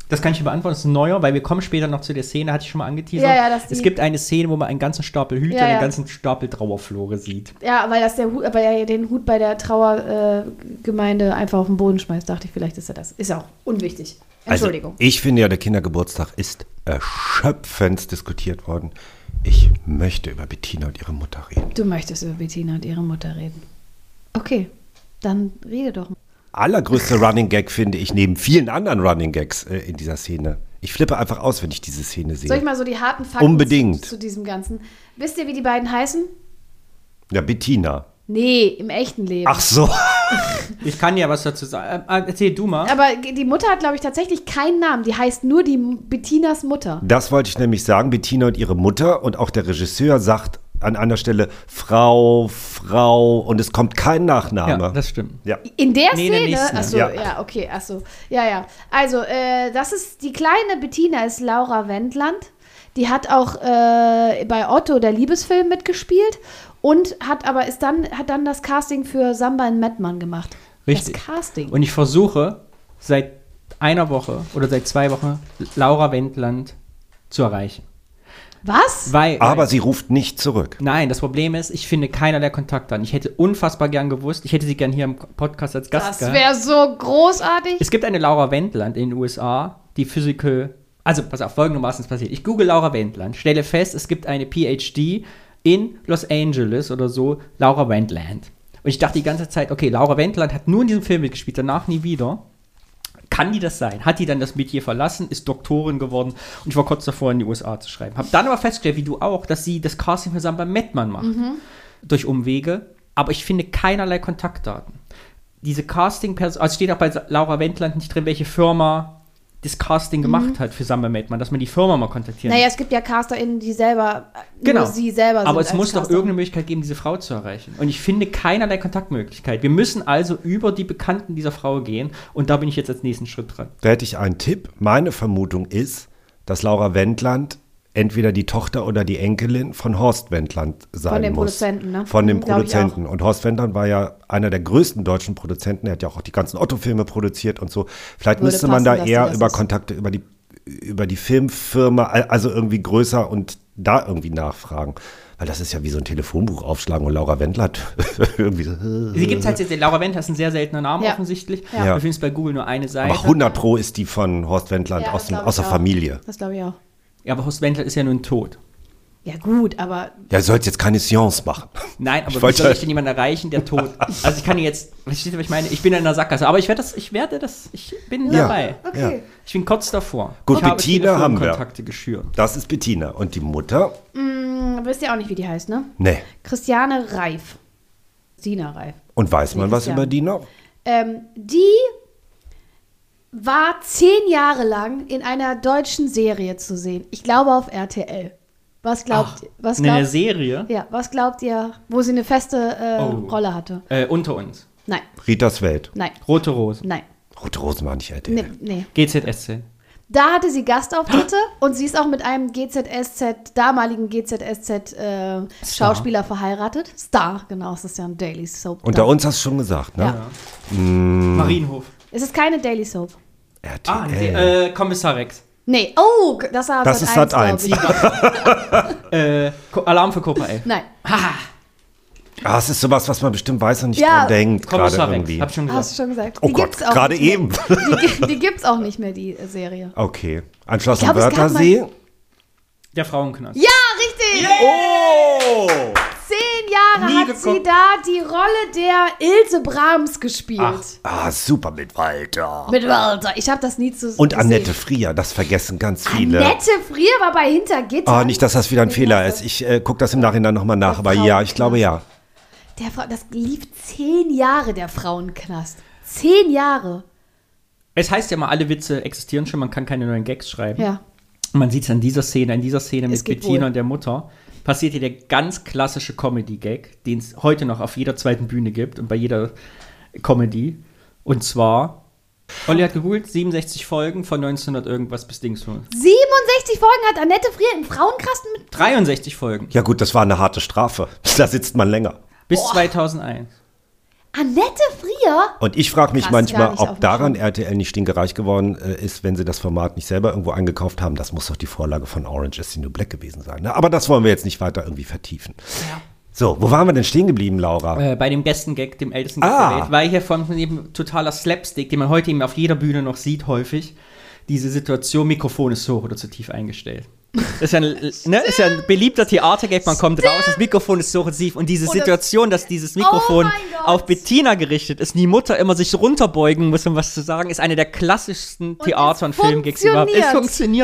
[SPEAKER 3] Das kann ich dir beantworten, das ist ein neuer, weil wir kommen später noch zu der Szene, hatte ich schon mal angeteasert.
[SPEAKER 2] Ja, ja, das
[SPEAKER 3] es
[SPEAKER 2] die-
[SPEAKER 3] gibt eine Szene, wo man einen ganzen Stapel Hüte
[SPEAKER 2] Ja,
[SPEAKER 3] und
[SPEAKER 2] ja.
[SPEAKER 3] einen ganzen Stapel Trauerflore sieht.
[SPEAKER 2] Ja, weil, das der Hut, weil er den Hut bei der Trauergemeinde einfach auf den Boden schmeißt. Dachte ich, vielleicht ist er das. Ist ja auch unwichtig. Entschuldigung.
[SPEAKER 1] Also, ich finde ja, der Kindergeburtstag ist erschöpfend diskutiert worden. Ich möchte über Bettina und ihre Mutter reden.
[SPEAKER 2] Du möchtest über Bettina und ihre Mutter reden. Okay, dann rede doch.
[SPEAKER 1] Allergrößte Running Gag finde ich neben vielen anderen Running Gags äh, in dieser Szene. Ich flippe einfach aus, wenn ich diese Szene sehe.
[SPEAKER 2] Soll ich mal so die harten Fakten
[SPEAKER 1] Unbedingt.
[SPEAKER 2] Zu, zu diesem Ganzen? Wisst ihr, wie die beiden heißen?
[SPEAKER 1] ja, Bettina.
[SPEAKER 2] Nee, im echten Leben.
[SPEAKER 1] Ach so.
[SPEAKER 3] Ich kann ja was dazu sagen. Ähm, Erzähl du mal.
[SPEAKER 2] Aber die Mutter hat, glaube ich, tatsächlich keinen Namen. Die heißt nur die M- Bettinas Mutter.
[SPEAKER 1] Das wollte ich nämlich sagen. Bettina und ihre Mutter und auch der Regisseur sagt an einer Stelle Frau, Frau und es kommt kein Nachname.
[SPEAKER 3] Ja, das stimmt.
[SPEAKER 1] Ja.
[SPEAKER 2] In der
[SPEAKER 3] Nee, in der
[SPEAKER 2] Szene.
[SPEAKER 3] nächsten.
[SPEAKER 2] achso,
[SPEAKER 1] Ja.
[SPEAKER 2] ja. okay, achso. Ja, ja. Also, äh, das ist die kleine Bettina ist Laura Wendland. Die hat auch äh, bei Otto der Liebesfilm mitgespielt und hat aber ist dann hat dann das Casting für Samba in Madman gemacht.
[SPEAKER 3] Richtig.
[SPEAKER 2] Das Casting.
[SPEAKER 3] Und ich versuche seit einer Woche oder seit zwei Wochen Laura Wendland zu erreichen.
[SPEAKER 2] Was?
[SPEAKER 3] Weil,
[SPEAKER 1] Aber
[SPEAKER 3] weil,
[SPEAKER 1] sie ruft nicht zurück.
[SPEAKER 3] nein, das Problem ist, ich finde keinerlei Kontakt an. Ich hätte unfassbar gern gewusst, ich hätte sie gern hier im Podcast als Gast
[SPEAKER 2] Das
[SPEAKER 3] gehabt.
[SPEAKER 2] wäre so großartig.
[SPEAKER 3] Es gibt eine Laura Wendland in den USA, die Physical. Also, pass auf, folgendermaßen ist passiert. Ich google Laura Wendland, stelle fest, es gibt eine PhD in Los Angeles oder so, Laura Wendland. Und ich dachte die ganze Zeit, okay, Laura Wendland hat nur in diesem Film mitgespielt, danach nie wieder. Kann die das sein? Hat die dann das Metier verlassen, ist Doktorin geworden und ich war kurz davor, in die USA zu schreiben. Hab dann aber festgestellt, wie du auch, dass sie das Casting für Samba Mettmann macht. Durch Umwege, aber ich finde keinerlei Kontaktdaten diese Casting-Person, also steht auch bei Sa- Laura Wendland nicht drin, welche Firma das Casting gemacht hat für Samba Maidman, dass man die Firma mal kontaktieren
[SPEAKER 2] Mhm. Naja, es gibt ja CasterInnen, die selber äh,
[SPEAKER 3] Genau.
[SPEAKER 2] nur sie selber sind
[SPEAKER 3] Aber es
[SPEAKER 2] als
[SPEAKER 3] muss doch
[SPEAKER 2] Casterin.
[SPEAKER 3] irgendeine Möglichkeit geben, diese Frau zu erreichen. Und ich finde keinerlei Kontaktmöglichkeit. Wir müssen also über die Bekannten dieser Frau gehen. Und da bin ich jetzt als nächsten Schritt dran.
[SPEAKER 1] Da hätte ich einen Tipp. Meine Vermutung ist, dass Laura Wendland entweder die Tochter oder die Enkelin von Horst Wendland sein
[SPEAKER 2] Von dem
[SPEAKER 1] muss.
[SPEAKER 2] Produzenten, ne?
[SPEAKER 1] Von dem
[SPEAKER 2] Mhm, glaub ich
[SPEAKER 1] Produzenten. Und Horst Wendland war ja einer der größten deutschen Produzenten. Er hat ja auch die ganzen Otto-Filme produziert und so. Vielleicht
[SPEAKER 2] Würde
[SPEAKER 1] müsste man da
[SPEAKER 2] passen, dass sie
[SPEAKER 1] eher
[SPEAKER 2] das
[SPEAKER 1] über
[SPEAKER 2] ist.
[SPEAKER 1] Kontakte, über die, über die Filmfirma, al- also irgendwie größer und da irgendwie nachfragen. Weil das ist ja wie so ein Telefonbuch aufschlagen und Laura Wendland irgendwie so. äh,
[SPEAKER 3] Sie gibt halt jetzt, Laura Wendland ist ein sehr seltener Name
[SPEAKER 2] Ja.
[SPEAKER 3] offensichtlich.
[SPEAKER 2] Ja.
[SPEAKER 1] Ja.
[SPEAKER 3] Du findest bei Google nur eine Seite.
[SPEAKER 1] Aber 100 Pro ist die von Horst Wendland
[SPEAKER 2] Ja, das
[SPEAKER 1] aus, dem,
[SPEAKER 2] glaub ich
[SPEAKER 1] aus der
[SPEAKER 2] auch.
[SPEAKER 1] Familie.
[SPEAKER 2] Das glaube ich auch.
[SPEAKER 3] ja, aber Horst Wendland ist ja nun tot.
[SPEAKER 2] Ja, gut, aber
[SPEAKER 1] Ja, ihr sollt jetzt keine Science machen.
[SPEAKER 3] Nein, aber
[SPEAKER 1] Ich
[SPEAKER 3] wie
[SPEAKER 1] wollte- halt
[SPEAKER 3] soll ich denn jemanden erreichen, der tot ist? Also ich kann jetzt, versteht ihr, was ich meine? Ich bin in einer Sackgasse, aber ich werde das, ich werde das, ich bin
[SPEAKER 1] Ja.
[SPEAKER 3] dabei.
[SPEAKER 2] okay.
[SPEAKER 3] Ich bin kurz davor.
[SPEAKER 1] Gut,
[SPEAKER 3] ich habe
[SPEAKER 1] Bettina haben wir.
[SPEAKER 3] Telefonkontakte geschürt.
[SPEAKER 1] Das ist Bettina. Und die Mutter?
[SPEAKER 2] Du hm, wisst ja auch nicht, wie die heißt, ne?
[SPEAKER 1] Nee.
[SPEAKER 2] Christiane Reif. Sina Reif.
[SPEAKER 1] Und weiß man
[SPEAKER 2] Nee,
[SPEAKER 1] was
[SPEAKER 2] ja.
[SPEAKER 1] über die noch?
[SPEAKER 2] Ähm, die war zehn Jahre lang in einer deutschen Serie zu sehen. Ich glaube auf RTL. Was glaubt, was
[SPEAKER 3] In einer
[SPEAKER 2] glaubt,
[SPEAKER 3] Serie
[SPEAKER 2] ja, was glaubt ihr, wo sie eine feste äh,
[SPEAKER 3] Oh.
[SPEAKER 2] Rolle hatte?
[SPEAKER 3] äh, unter uns.
[SPEAKER 2] Nein,
[SPEAKER 1] Ritas Welt.
[SPEAKER 2] nein,
[SPEAKER 3] Rote Rosen.
[SPEAKER 2] nein.
[SPEAKER 1] Rote Rosen war nicht RTL.
[SPEAKER 2] Nee, nee.
[SPEAKER 3] GZSC.
[SPEAKER 2] Da hatte sie Gastauftritte und sie ist auch mit einem GZSZ, damaligen GZSZ-Schauspieler äh, verheiratet. Star, genau, es ist ja ein Daily Soap.
[SPEAKER 1] Unter uns hast du schon gesagt, ne?
[SPEAKER 2] Ja.
[SPEAKER 1] Hm.
[SPEAKER 3] Marienhof.
[SPEAKER 2] Es ist keine Daily Soap.
[SPEAKER 1] RTL.
[SPEAKER 3] Ah, äh, Kommissar Rex.
[SPEAKER 2] Nee, oh, das war
[SPEAKER 1] Das ist Sat 1.
[SPEAKER 2] glaub ich.
[SPEAKER 3] Äh, Ko Alarm für Copa 11.
[SPEAKER 2] Nein,
[SPEAKER 1] ah, es ist sowas, was man bestimmt weiß und nicht
[SPEAKER 2] Ja.
[SPEAKER 1] dran denkt. Gerade
[SPEAKER 3] Kommissar Rex.
[SPEAKER 1] irgendwie.
[SPEAKER 3] Hab schon gesagt.
[SPEAKER 2] hast du schon gesagt.
[SPEAKER 1] Oh Gott, gerade
[SPEAKER 2] nicht mehr.
[SPEAKER 1] eben.
[SPEAKER 2] Die, gi- die gibt's auch nicht mehr, die äh, Serie.
[SPEAKER 1] Okay. Ein Schloss
[SPEAKER 2] Ich
[SPEAKER 1] am
[SPEAKER 2] glaub, es gab
[SPEAKER 1] Wörthersee.
[SPEAKER 3] Der Frauenknast.
[SPEAKER 2] Ja, richtig!
[SPEAKER 1] Oh!
[SPEAKER 2] Zehn Jahre
[SPEAKER 3] Nie
[SPEAKER 2] hat
[SPEAKER 3] geguckt.
[SPEAKER 2] sie da die Rolle der Ilse Brahms gespielt.
[SPEAKER 1] Ah, super mit Walter.
[SPEAKER 2] Mit Walter. Ich habe das nie zu
[SPEAKER 1] Und
[SPEAKER 2] gesehen.
[SPEAKER 1] Annette Frier, das vergessen ganz viele.
[SPEAKER 2] Annette Frier war bei Hintergitter.
[SPEAKER 1] Ah, nicht, dass das wieder ein
[SPEAKER 2] Ich
[SPEAKER 1] Fehler
[SPEAKER 2] weiß
[SPEAKER 1] ist. Ich äh, gucke das im Nachhinein nochmal nach. Aber
[SPEAKER 2] Frau
[SPEAKER 1] ja, ich
[SPEAKER 2] ne?
[SPEAKER 1] glaube ja.
[SPEAKER 2] Der Fra das lief zehn Jahre, der Frauenknast. Zehn Jahre.
[SPEAKER 3] Es heißt ja mal, alle Witze existieren schon, man kann keine neuen Gags schreiben.
[SPEAKER 2] Ja.
[SPEAKER 3] Und man sieht es an dieser Szene, in dieser Szene
[SPEAKER 2] Es
[SPEAKER 3] mit
[SPEAKER 2] geht
[SPEAKER 3] Bettina
[SPEAKER 2] wohl.
[SPEAKER 3] und der Mutter, passiert hier der ganz klassische Comedy-Gag, den es heute noch auf jeder zweiten Bühne gibt und bei jeder Comedy. Und zwar, Olli hat gegoogelt, 67 Folgen von 1900 irgendwas bis Dings.
[SPEAKER 2] 67 Folgen hat Annette Frier im Frauenkasten mit.
[SPEAKER 3] 63 Folgen
[SPEAKER 1] Ja gut, das war eine harte Strafe. Da sitzt man länger.
[SPEAKER 3] bis 2001.
[SPEAKER 2] Annette Frier?
[SPEAKER 1] Und ich frage mich
[SPEAKER 2] Krass, gar
[SPEAKER 1] manchmal,
[SPEAKER 2] nicht auf
[SPEAKER 1] ob
[SPEAKER 2] dem
[SPEAKER 1] daran RTL nicht stinkereich geworden äh, ist, wenn sie das Format nicht selber irgendwo eingekauft haben. Das muss doch die Vorlage von Orange is the New Black gewesen sein. Ne? Aber das wollen wir jetzt nicht weiter irgendwie vertiefen. So, wo waren wir denn stehen geblieben, Laura?
[SPEAKER 3] Äh, bei dem besten Gag, dem ältesten Gag
[SPEAKER 1] Ah.
[SPEAKER 3] der Welt, weil hier von eben totaler Slapstick, den man heute eben auf jeder Bühne noch sieht, häufig, diese Situation, Mikrofon ist so hoch oder zu tief eingestellt. Das ist ja ein, ne, ist ja ein beliebter Theatergag, man kommt raus, das Mikrofon ist so hoch und tief und diese Situation, dass dieses Mikrofon
[SPEAKER 2] Oh mein Gott.
[SPEAKER 3] auf Bettina gerichtet ist, und die Mutter immer sich runterbeugen muss, um was zu sagen, ist eine der klassischsten Theater- und
[SPEAKER 2] es
[SPEAKER 3] Filmgags überhaupt. Es
[SPEAKER 2] funktioniert.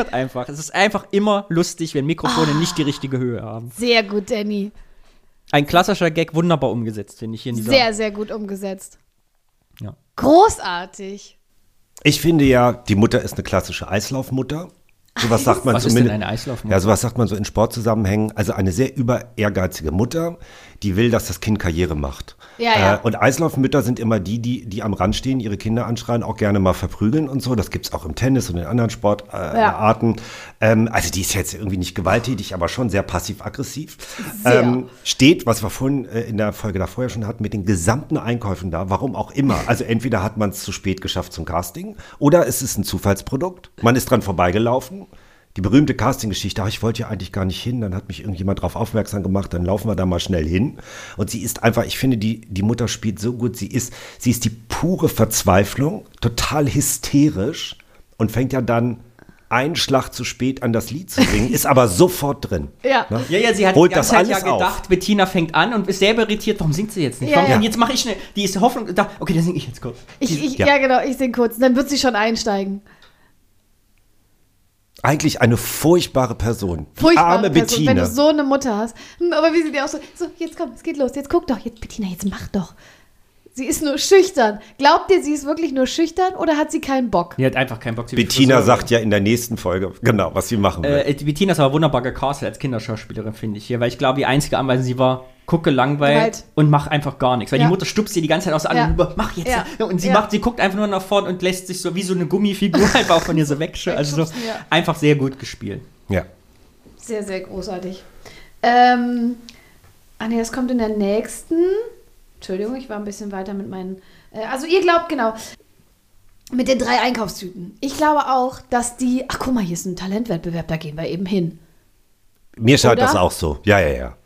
[SPEAKER 3] funktioniert einfach. Es ist einfach immer lustig, wenn Mikrofone
[SPEAKER 2] Ah.
[SPEAKER 3] nicht die richtige Höhe haben.
[SPEAKER 2] Sehr gut, Danny.
[SPEAKER 3] Ein klassischer Gag, wunderbar umgesetzt, finde ich hier in dieser
[SPEAKER 2] Sehr, sehr gut umgesetzt.
[SPEAKER 3] Ja.
[SPEAKER 2] Großartig.
[SPEAKER 1] Ich finde ja, die Mutter ist eine klassische Eislaufmutter. Sowas sagt man
[SPEAKER 3] Was ist
[SPEAKER 1] zumindest.
[SPEAKER 3] denn eine Eislaufmutter?
[SPEAKER 1] Ja, sowas Also sagt man so in Sportzusammenhängen. Also eine sehr über ehrgeizige Mutter, die will, dass das Kind Karriere macht.
[SPEAKER 2] Ja, ja.
[SPEAKER 1] Äh, und Eislaufmütter sind immer die, die, die am Rand stehen, ihre Kinder anschreien, auch gerne mal verprügeln und so. Das gibt es auch im Tennis und in anderen Sportarten. Äh,
[SPEAKER 2] Ja.
[SPEAKER 1] Arten. ähm, also die ist jetzt irgendwie nicht gewalttätig, aber schon sehr passiv-aggressiv.
[SPEAKER 2] Sehr.
[SPEAKER 1] Ähm, steht, was wir vorhin äh, in der Folge davor ja schon hatten, mit den gesamten Einkäufen da, warum auch immer. Also entweder hat man es zu spät geschafft zum Casting oder es ist ein Zufallsprodukt. Man ist dran vorbeigelaufen. Die berühmte Casting-Geschichte, ach, ich wollte ja eigentlich gar nicht hin, dann hat mich irgendjemand darauf aufmerksam gemacht, dann laufen wir da mal schnell hin. Und sie ist einfach, ich finde, die, die Mutter spielt so gut, sie ist, sie ist die pure Verzweiflung, total hysterisch und fängt ja dann einen Schlag zu spät an das Lied zu singen, ist aber sofort drin.
[SPEAKER 2] Ja.
[SPEAKER 1] Ne?
[SPEAKER 3] Ja, ja, sie hat
[SPEAKER 1] Holt
[SPEAKER 3] die ganze
[SPEAKER 1] das
[SPEAKER 3] Zeit ja
[SPEAKER 1] alles auf.
[SPEAKER 3] gedacht, Bettina fängt an und ist selber irritiert, warum singt sie jetzt nicht?
[SPEAKER 2] Ja,
[SPEAKER 3] warum,
[SPEAKER 2] ja.
[SPEAKER 3] Und jetzt mache ich schnell, die ist Hoffnung, da, okay, dann singe ich jetzt kurz.
[SPEAKER 2] Ich, ich, ja.
[SPEAKER 1] Ja.
[SPEAKER 2] genau, ich sing kurz. Dann wird sie schon einsteigen.
[SPEAKER 1] Eigentlich eine furchtbare Person. Die
[SPEAKER 2] Furchtbare
[SPEAKER 1] arme
[SPEAKER 2] Person,
[SPEAKER 1] Bettina.
[SPEAKER 2] also, wenn du so eine Mutter hast. Hm, Aber wie sie dir auch so, so, jetzt komm, es geht los, jetzt guck doch, jetzt Bettina, jetzt mach doch. Sie ist nur schüchtern. Glaubt ihr, sie ist wirklich nur schüchtern oder hat sie keinen Bock?
[SPEAKER 3] Die hat einfach keinen Bock. sie wird
[SPEAKER 1] Bettina
[SPEAKER 3] Friseurin.
[SPEAKER 1] sagt ja in der nächsten Folge genau, was sie machen will.
[SPEAKER 3] Äh, Bettina ist aber wunderbar gecastet als Kinderschauspielerin, finde ich hier, weil ich glaube, die einzige Anweisung, sie war, gucke langweilt
[SPEAKER 2] Halt.
[SPEAKER 3] und mach einfach gar nichts. Weil
[SPEAKER 2] Ja.
[SPEAKER 3] die Mutter stupst sie die ganze Zeit aus der
[SPEAKER 2] Ja.
[SPEAKER 3] anderen rüber, mach jetzt.
[SPEAKER 2] Ja.
[SPEAKER 3] Und sie
[SPEAKER 2] Ja.
[SPEAKER 3] macht, sie guckt einfach nur nach vorn und lässt sich so wie so eine Gummifigur einfach auch von ihr so wegschirren. Also so,
[SPEAKER 2] Wegschubsen, ja.
[SPEAKER 3] einfach sehr gut gespielt.
[SPEAKER 1] ja.
[SPEAKER 2] Sehr, sehr großartig. Ähm, ah nee, das kommt in der nächsten. Entschuldigung, ich war ein bisschen weiter mit meinen. Äh, also ihr glaubt genau. Mit den drei Einkaufstüten. Ich glaube auch, dass die. Ach guck mal, hier ist ein Talentwettbewerb, da gehen wir eben hin.
[SPEAKER 1] Mir scheint
[SPEAKER 2] Oder?
[SPEAKER 1] das auch so. Ja, ja, ja.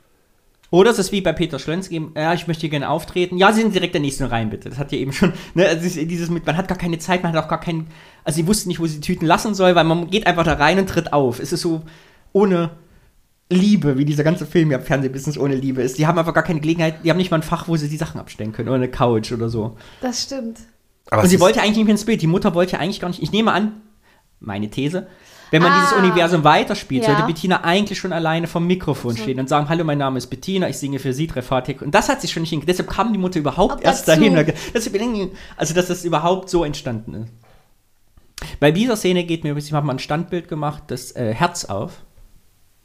[SPEAKER 3] Oder es ist wie bei Peter Schlenz eben, ja, ich möchte hier gerne auftreten. Ja, Sie sind direkt der nächsten rein, bitte. Das hat ja eben schon, ne, also dieses- dieses mit, man hat gar keine Zeit, man hat auch gar keinen, also sie wussten nicht, wo sie die Tüten lassen soll, weil man geht einfach da rein und tritt auf. Es ist so ohne Liebe, wie dieser ganze Film ja Fernsehbusiness ohne Liebe ist. Die haben einfach gar keine Gelegenheit, die haben nicht mal ein Fach, wo sie die Sachen abstellen können oder eine Couch oder so.
[SPEAKER 2] Das stimmt.
[SPEAKER 1] Aber
[SPEAKER 3] und
[SPEAKER 1] es
[SPEAKER 3] sie
[SPEAKER 1] ist-
[SPEAKER 3] wollte eigentlich nicht mehr ins Bild. Die Mutter wollte ja eigentlich gar nicht. Ich nehme an, meine These, wenn man
[SPEAKER 2] Ah.
[SPEAKER 3] dieses Universum weiterspielt,
[SPEAKER 2] Ja.
[SPEAKER 3] sollte Bettina eigentlich schon alleine vom Mikrofon stehen und sagen: Hallo, mein Name ist Bettina, ich singe für Sie, Fatik. Und das hat sie schon nicht hingekriegt. Deshalb kam die Mutter überhaupt
[SPEAKER 2] Ob
[SPEAKER 3] erst
[SPEAKER 2] dazu.
[SPEAKER 3] dahin. Deshalb, also, dass das überhaupt so entstanden ist. Bei dieser Szene geht mir übrigens, ich habe mal ein Standbild gemacht, das äh, Herz auf.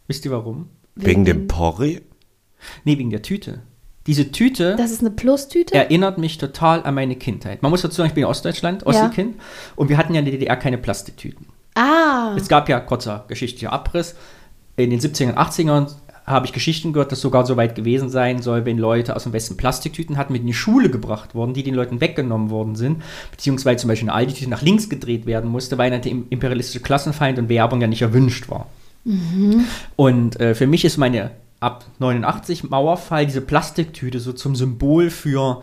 [SPEAKER 3] Wisst ihr warum?
[SPEAKER 1] wegen dem Porri.
[SPEAKER 3] Nee, wegen der Tüte. Diese Tüte.
[SPEAKER 2] Das ist eine Plustüte?
[SPEAKER 3] erinnert mich total an meine Kindheit. Man muss dazu sagen, ich bin in Ostdeutschland, Ostseekind, und wir hatten ja in der DDR keine Plastiktüten.
[SPEAKER 2] Ah.
[SPEAKER 3] Es gab ja, kurzer geschichtlicher Abriss, in den 70ern und 80ern habe ich Geschichten gehört, dass sogar so weit gewesen sein soll, wenn Leute aus dem Westen Plastiktüten hatten, mit in die Schule gebracht wurden, die den Leuten weggenommen worden sind, beziehungsweise zum Beispiel eine Aldi-Tüte nach links gedreht werden musste, weil dann der im- imperialistische Klassenfeind und Werbung ja nicht erwünscht war. Und äh, für mich ist meine ab 89 Mauerfall diese Plastiktüte so zum Symbol für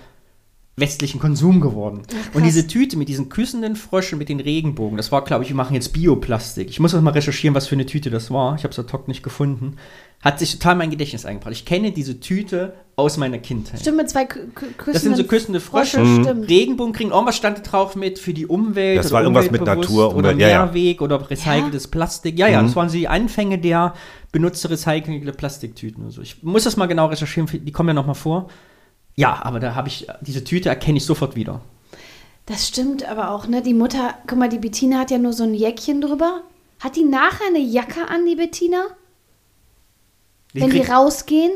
[SPEAKER 3] westlichen Konsum geworden. und diese Tüte mit diesen küssenden Fröschen mit den Regenbogen, das war, glaube ich, wir machen jetzt Bioplastik. Ich muss noch mal recherchieren, was für eine Tüte das war. Ich habe es ad hoc nicht gefunden. Hat sich total mein Gedächtnis eingebracht. Ich kenne diese Tüte aus meiner Kindheit.
[SPEAKER 2] Stimmt, mit zwei Kü Kü Küssen.
[SPEAKER 3] Das sind so küssende Frösche,
[SPEAKER 2] Stimmt.
[SPEAKER 3] Regenbogen kriegen. Irgendwas stand da drauf mit für die Umwelt.
[SPEAKER 1] Mhm. Das war irgendwas mit
[SPEAKER 3] umweltbewusst
[SPEAKER 1] Natur,
[SPEAKER 3] oder
[SPEAKER 1] Umwelt, ja, Mhm. ja.
[SPEAKER 3] Mehrweg oder recyceltes Plastik. Ja, ja, das waren so die Anfänge der benutze recycelte Plastiktüten und so. Ich muss das mal genau recherchieren, die kommen ja nochmal vor. Ja, aber da habe ich, diese Tüte erkenne ich sofort wieder.
[SPEAKER 2] Das stimmt aber auch, ne? Die Mutter, guck mal, die Bettina hat ja nur so ein Jäckchen drüber. Hat die nachher eine Jacke an, die Bettina?
[SPEAKER 3] Die
[SPEAKER 2] wenn die
[SPEAKER 3] kriegt-
[SPEAKER 2] rausgehen?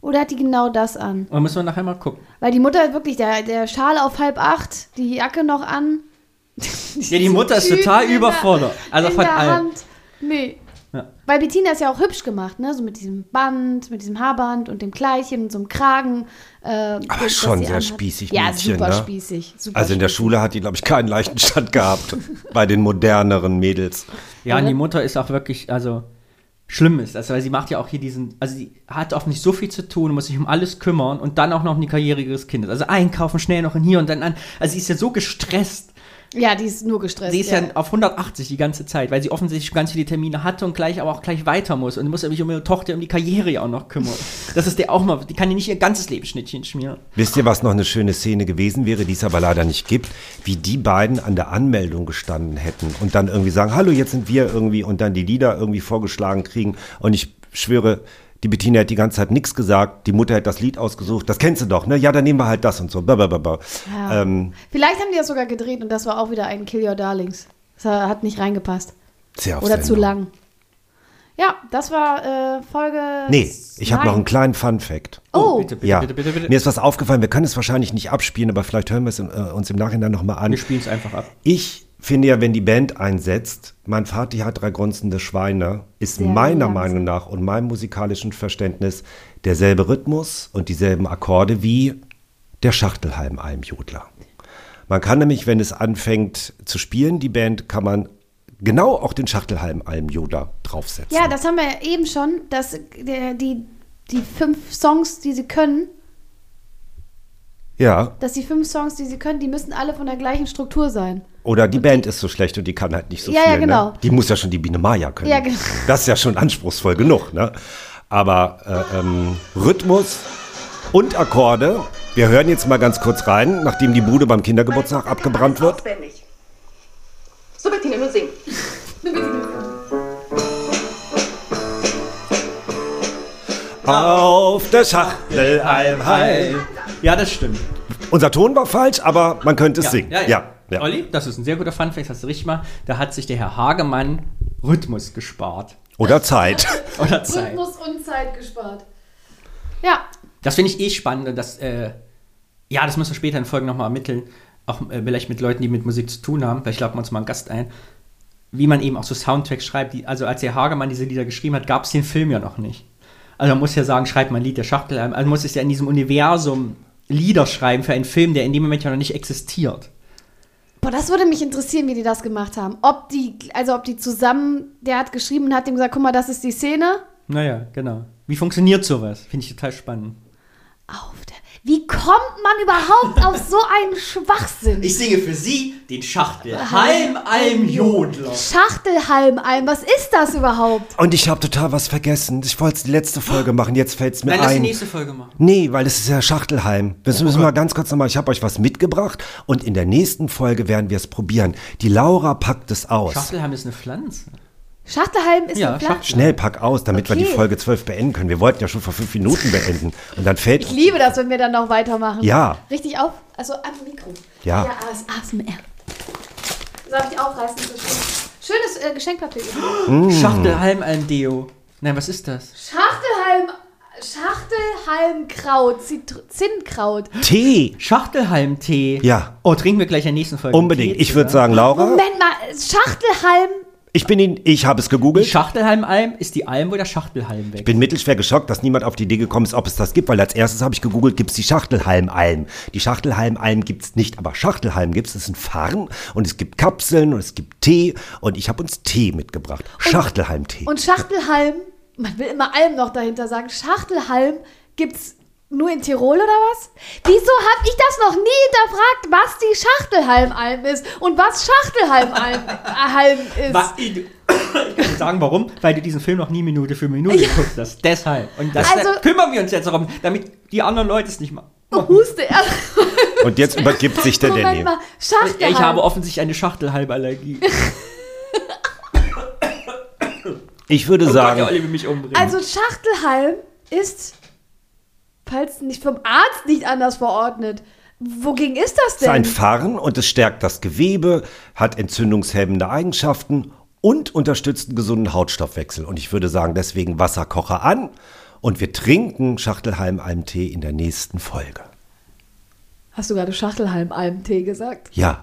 [SPEAKER 2] Oder hat die genau das an?
[SPEAKER 3] Da müssen wir nachher mal gucken.
[SPEAKER 2] Weil die Mutter hat wirklich, der, der Schal auf halb acht, die Jacke noch an.
[SPEAKER 3] Ja, die Mutter ist total überfordert. Also
[SPEAKER 2] in
[SPEAKER 3] von
[SPEAKER 2] der
[SPEAKER 3] allen.
[SPEAKER 2] Hand. Nee.
[SPEAKER 3] Ja.
[SPEAKER 2] Weil Bettina ist ja auch hübsch gemacht, ne? So mit diesem Band, mit diesem Haarband und dem Kleidchen und so einem Kragen. äh, das sie
[SPEAKER 1] schon sehr
[SPEAKER 2] anhat.
[SPEAKER 1] spießig,
[SPEAKER 2] Ja,
[SPEAKER 1] Mädchen,
[SPEAKER 2] super
[SPEAKER 1] ne?
[SPEAKER 2] spießig. Super
[SPEAKER 1] Also in der
[SPEAKER 2] spießig.
[SPEAKER 1] Schule hat die, glaube ich, keinen leichten Stand gehabt. bei den moderneren Mädels.
[SPEAKER 3] Ja, und
[SPEAKER 2] Oder?
[SPEAKER 3] die Mutter ist auch wirklich, also schlimm ist das, weil sie macht ja auch hier diesen, also sie hat offensichtlich so viel zu tun, muss sich um alles kümmern und dann auch noch um die Karriere ihres Kindes. Also einkaufen, schnell noch in hier und dann an. Also sie ist ja so gestresst.
[SPEAKER 2] Ja, die ist nur gestresst.
[SPEAKER 3] Sie ist ja. auf 180 die ganze Zeit, weil sie offensichtlich ganz viele Termine hatte und gleich aber auch gleich weiter muss und muss ja mich um ihre Tochter, um die Karriere ja auch noch kümmern. das ist der auch mal, die kann ja nicht ihr ganzes Leben Schnittchen schmieren.
[SPEAKER 1] Wisst ihr, was noch eine schöne Szene gewesen wäre, die es aber leider nicht gibt? Wie die beiden an der Anmeldung gestanden hätten und dann irgendwie sagen, hallo, jetzt sind wir irgendwie und dann die Lieder irgendwie vorgeschlagen kriegen. Und ich schwöre, die Bettina hat die ganze Zeit nichts gesagt, die Mutter hat das Lied ausgesucht, das kennst du doch, ne? Ja, dann nehmen wir halt das und so. Blablabla.
[SPEAKER 2] Ja.
[SPEAKER 1] Ähm,
[SPEAKER 2] Vielleicht haben die das sogar gedreht und das war auch wieder ein Kill Your Darlings. Das hat nicht reingepasst.
[SPEAKER 1] Sehr auf
[SPEAKER 2] Oder zu
[SPEAKER 1] Sendung.
[SPEAKER 2] lang. Ja, das war äh, Folge.
[SPEAKER 1] Nee, ich habe
[SPEAKER 2] nein.
[SPEAKER 1] noch einen kleinen Fun-Fact.
[SPEAKER 2] Oh,
[SPEAKER 3] bitte, bitte,
[SPEAKER 1] ja,
[SPEAKER 3] bitte, bitte, bitte.
[SPEAKER 1] mir ist was aufgefallen. Wir können es wahrscheinlich nicht abspielen, aber vielleicht hören wir es im, äh, uns im Nachhinein nochmal an.
[SPEAKER 3] Wir spielen es einfach ab.
[SPEAKER 1] Ich finde ja, wenn die Band einsetzt, mein Vati hat drei grunzende Schweine, ist
[SPEAKER 2] Sehr
[SPEAKER 1] meiner
[SPEAKER 2] langsam.
[SPEAKER 1] Meinung nach und meinem musikalischen Verständnis derselbe Rhythmus und dieselben Akkorde wie der Schachtelhalm einem Jodler. Man kann nämlich, wenn es anfängt zu spielen, die Band, kann man genau auch den Schachtelhalm einem Jodler draufsetzen.
[SPEAKER 2] Ja, das haben wir ja eben schon, dass äh, die, die fünf Songs, die sie können,
[SPEAKER 1] ja.
[SPEAKER 2] dass die fünf Songs, die sie können, die müssen alle von der gleichen Struktur sein.
[SPEAKER 1] Oder die Band ist so schlecht und die kann halt nicht so
[SPEAKER 2] Ja, ja,
[SPEAKER 1] viel.
[SPEAKER 2] genau.
[SPEAKER 1] Ne? Die muss ja schon die Biene Maya können.
[SPEAKER 2] Ja, genau.
[SPEAKER 1] Das ist ja schon anspruchsvoll genug. Ne? Aber äh, ähm, Rhythmus und Akkorde. Wir hören jetzt mal ganz kurz rein, nachdem die Bude beim Kindergeburtstag abgebrannt wird.
[SPEAKER 7] So, Bettina, nun sing.
[SPEAKER 1] Auf der Schachtelalm heil.
[SPEAKER 3] Ja, das stimmt.
[SPEAKER 1] Unser Ton war falsch, aber man könnte es singen.
[SPEAKER 3] Ja, ja. Olli, das ist ein sehr guter Funfact, hast du richtig mal. Da hat sich der Herr Hagemann Rhythmus gespart.
[SPEAKER 1] Oder Zeit.
[SPEAKER 3] Oder Zeit.
[SPEAKER 2] Rhythmus und Zeit gespart. Ja,
[SPEAKER 3] Das finde ich eh spannend. Dass, äh, ja, das müssen wir später in Folgen nochmal ermitteln. Auch äh, vielleicht mit Leuten, die mit Musik zu tun haben. Vielleicht laden wir uns mal einen Gast ein. Wie man eben auch so Soundtracks schreibt. Die, also als der Hagemann diese Lieder geschrieben hat, gab es den Film ja noch nicht. Also man muss ja sagen, schreibt man ein Lied der Schachtel. Also muss es ja in diesem Universum Lieder schreiben für einen Film, der in dem Moment ja noch nicht existiert.
[SPEAKER 2] Boah, das würde mich interessieren, wie die das gemacht haben. Ob die, also ob die zusammen, der hat geschrieben und hat ihm gesagt, guck mal, das ist die Szene.
[SPEAKER 3] Naja, genau. Wie funktioniert sowas? Finde ich total spannend.
[SPEAKER 2] Auf der, wie kommt man überhaupt auf so einen Schwachsinn?
[SPEAKER 3] Ich singe für Sie den Schachtel. Halm, Alm, Jodler.
[SPEAKER 2] Schachtelhalm ein, was ist das überhaupt?
[SPEAKER 1] Und ich habe total was vergessen. Ich wollte es die letzte Folge machen, jetzt fällt es mir
[SPEAKER 3] Nein, lass die
[SPEAKER 1] ein.
[SPEAKER 3] nächste Folge Oh machen.
[SPEAKER 1] Nee, weil es ist ja Schachtelheim. Das müssen wir ganz kurz nochmal. Ich habe euch was mitgebracht und in der nächsten Folge werden wir es probieren. Die Laura packt es aus.
[SPEAKER 3] Schachtelheim ist eine Pflanze.
[SPEAKER 2] Schachtelhalm ist
[SPEAKER 3] Ja,
[SPEAKER 2] ein Flach.
[SPEAKER 3] Schachtel-
[SPEAKER 1] Schnell pack aus, damit wir die
[SPEAKER 2] Okay.
[SPEAKER 1] Folge 12 beenden können. Wir wollten ja schon vor fünf Minuten beenden. Und dann fällt.
[SPEAKER 2] Ich liebe das, wenn wir dann noch weitermachen.
[SPEAKER 1] Ja.
[SPEAKER 2] Richtig auf, also am Mikro.
[SPEAKER 1] Ja.
[SPEAKER 2] Ja, das ASMR. Soll ich aufreißen? Das ist schön. Schönes äh, Geschenkpapier.
[SPEAKER 1] Mm.
[SPEAKER 3] Schachtelhalm, Alm, Deo. Nein, was ist das?
[SPEAKER 2] Schachtelhalm, Schachtelhalmkraut, Zitr Zinnkraut.
[SPEAKER 1] Tee!
[SPEAKER 3] Schachtelhalm-Tee.
[SPEAKER 1] Ja.
[SPEAKER 3] Oh, trinken wir gleich in der nächsten Folge.
[SPEAKER 1] Unbedingt.
[SPEAKER 3] Tee
[SPEAKER 1] Ich würde sagen,
[SPEAKER 3] zusammen.
[SPEAKER 1] Laura,
[SPEAKER 2] Moment mal, Schachtelhalm.
[SPEAKER 1] ich bin Ihnen, ich habe es
[SPEAKER 3] Die
[SPEAKER 1] gegoogelt.
[SPEAKER 3] Schachtelhalm-Alm ist die Alm, wo der Schachtelhalm
[SPEAKER 1] Ich
[SPEAKER 3] weg.
[SPEAKER 1] bin mittelschwer geschockt, dass niemand auf die Idee gekommen ist, ob es das gibt, weil als erstes habe ich gegoogelt, gibt es die Schachtelhalmalm. Die Schachtelhalmalm gibt es nicht, aber Schachtelhalm gibt es, ist ein Farn und es gibt Kapseln und es gibt Tee und ich habe uns Tee mitgebracht. Schachtelhalmtee.
[SPEAKER 2] Und Schachtelhalm, man will immer Alm noch dahinter sagen, Schachtelhalm gibt's nur in Tirol oder was? Wieso hab ich das noch nie hinterfragt, was die Schachtelhalmalm ist und was Schachtelhalmalm äh, Halm ist?
[SPEAKER 3] Wa- Ich ich kann dir sagen, warum? Weil du diesen Film noch nie Minute für Minute geguckt hast. Deshalb. Und das
[SPEAKER 2] Also-
[SPEAKER 3] kümmern wir uns jetzt darum, damit die anderen Leute es nicht machen.
[SPEAKER 2] Oh, Huste. er.
[SPEAKER 1] Und jetzt übergibt sich der
[SPEAKER 2] Moment
[SPEAKER 1] Danny.
[SPEAKER 2] mal, Schachtelhalm.
[SPEAKER 3] Ich habe offensichtlich eine Schachtelhalmallergie.
[SPEAKER 1] Ich
[SPEAKER 2] Oh
[SPEAKER 1] würde
[SPEAKER 3] Gott, der
[SPEAKER 1] sagen,
[SPEAKER 3] Olli will mich umbringen.
[SPEAKER 2] also Schachtelhalm ist, falls nicht vom Arzt nicht anders verordnet, wogegen ist das
[SPEAKER 1] es ist ein
[SPEAKER 2] denn?
[SPEAKER 1] Farn und es stärkt das Gewebe, hat entzündungshemmende Eigenschaften und unterstützt einen gesunden Hautstoffwechsel. Und ich würde sagen, deswegen Wasserkocher an und wir trinken Schachtelhalmalm-Tee in der nächsten Folge.
[SPEAKER 2] Hast du gerade Schachtelhalmalm-Tee gesagt?
[SPEAKER 1] Ja.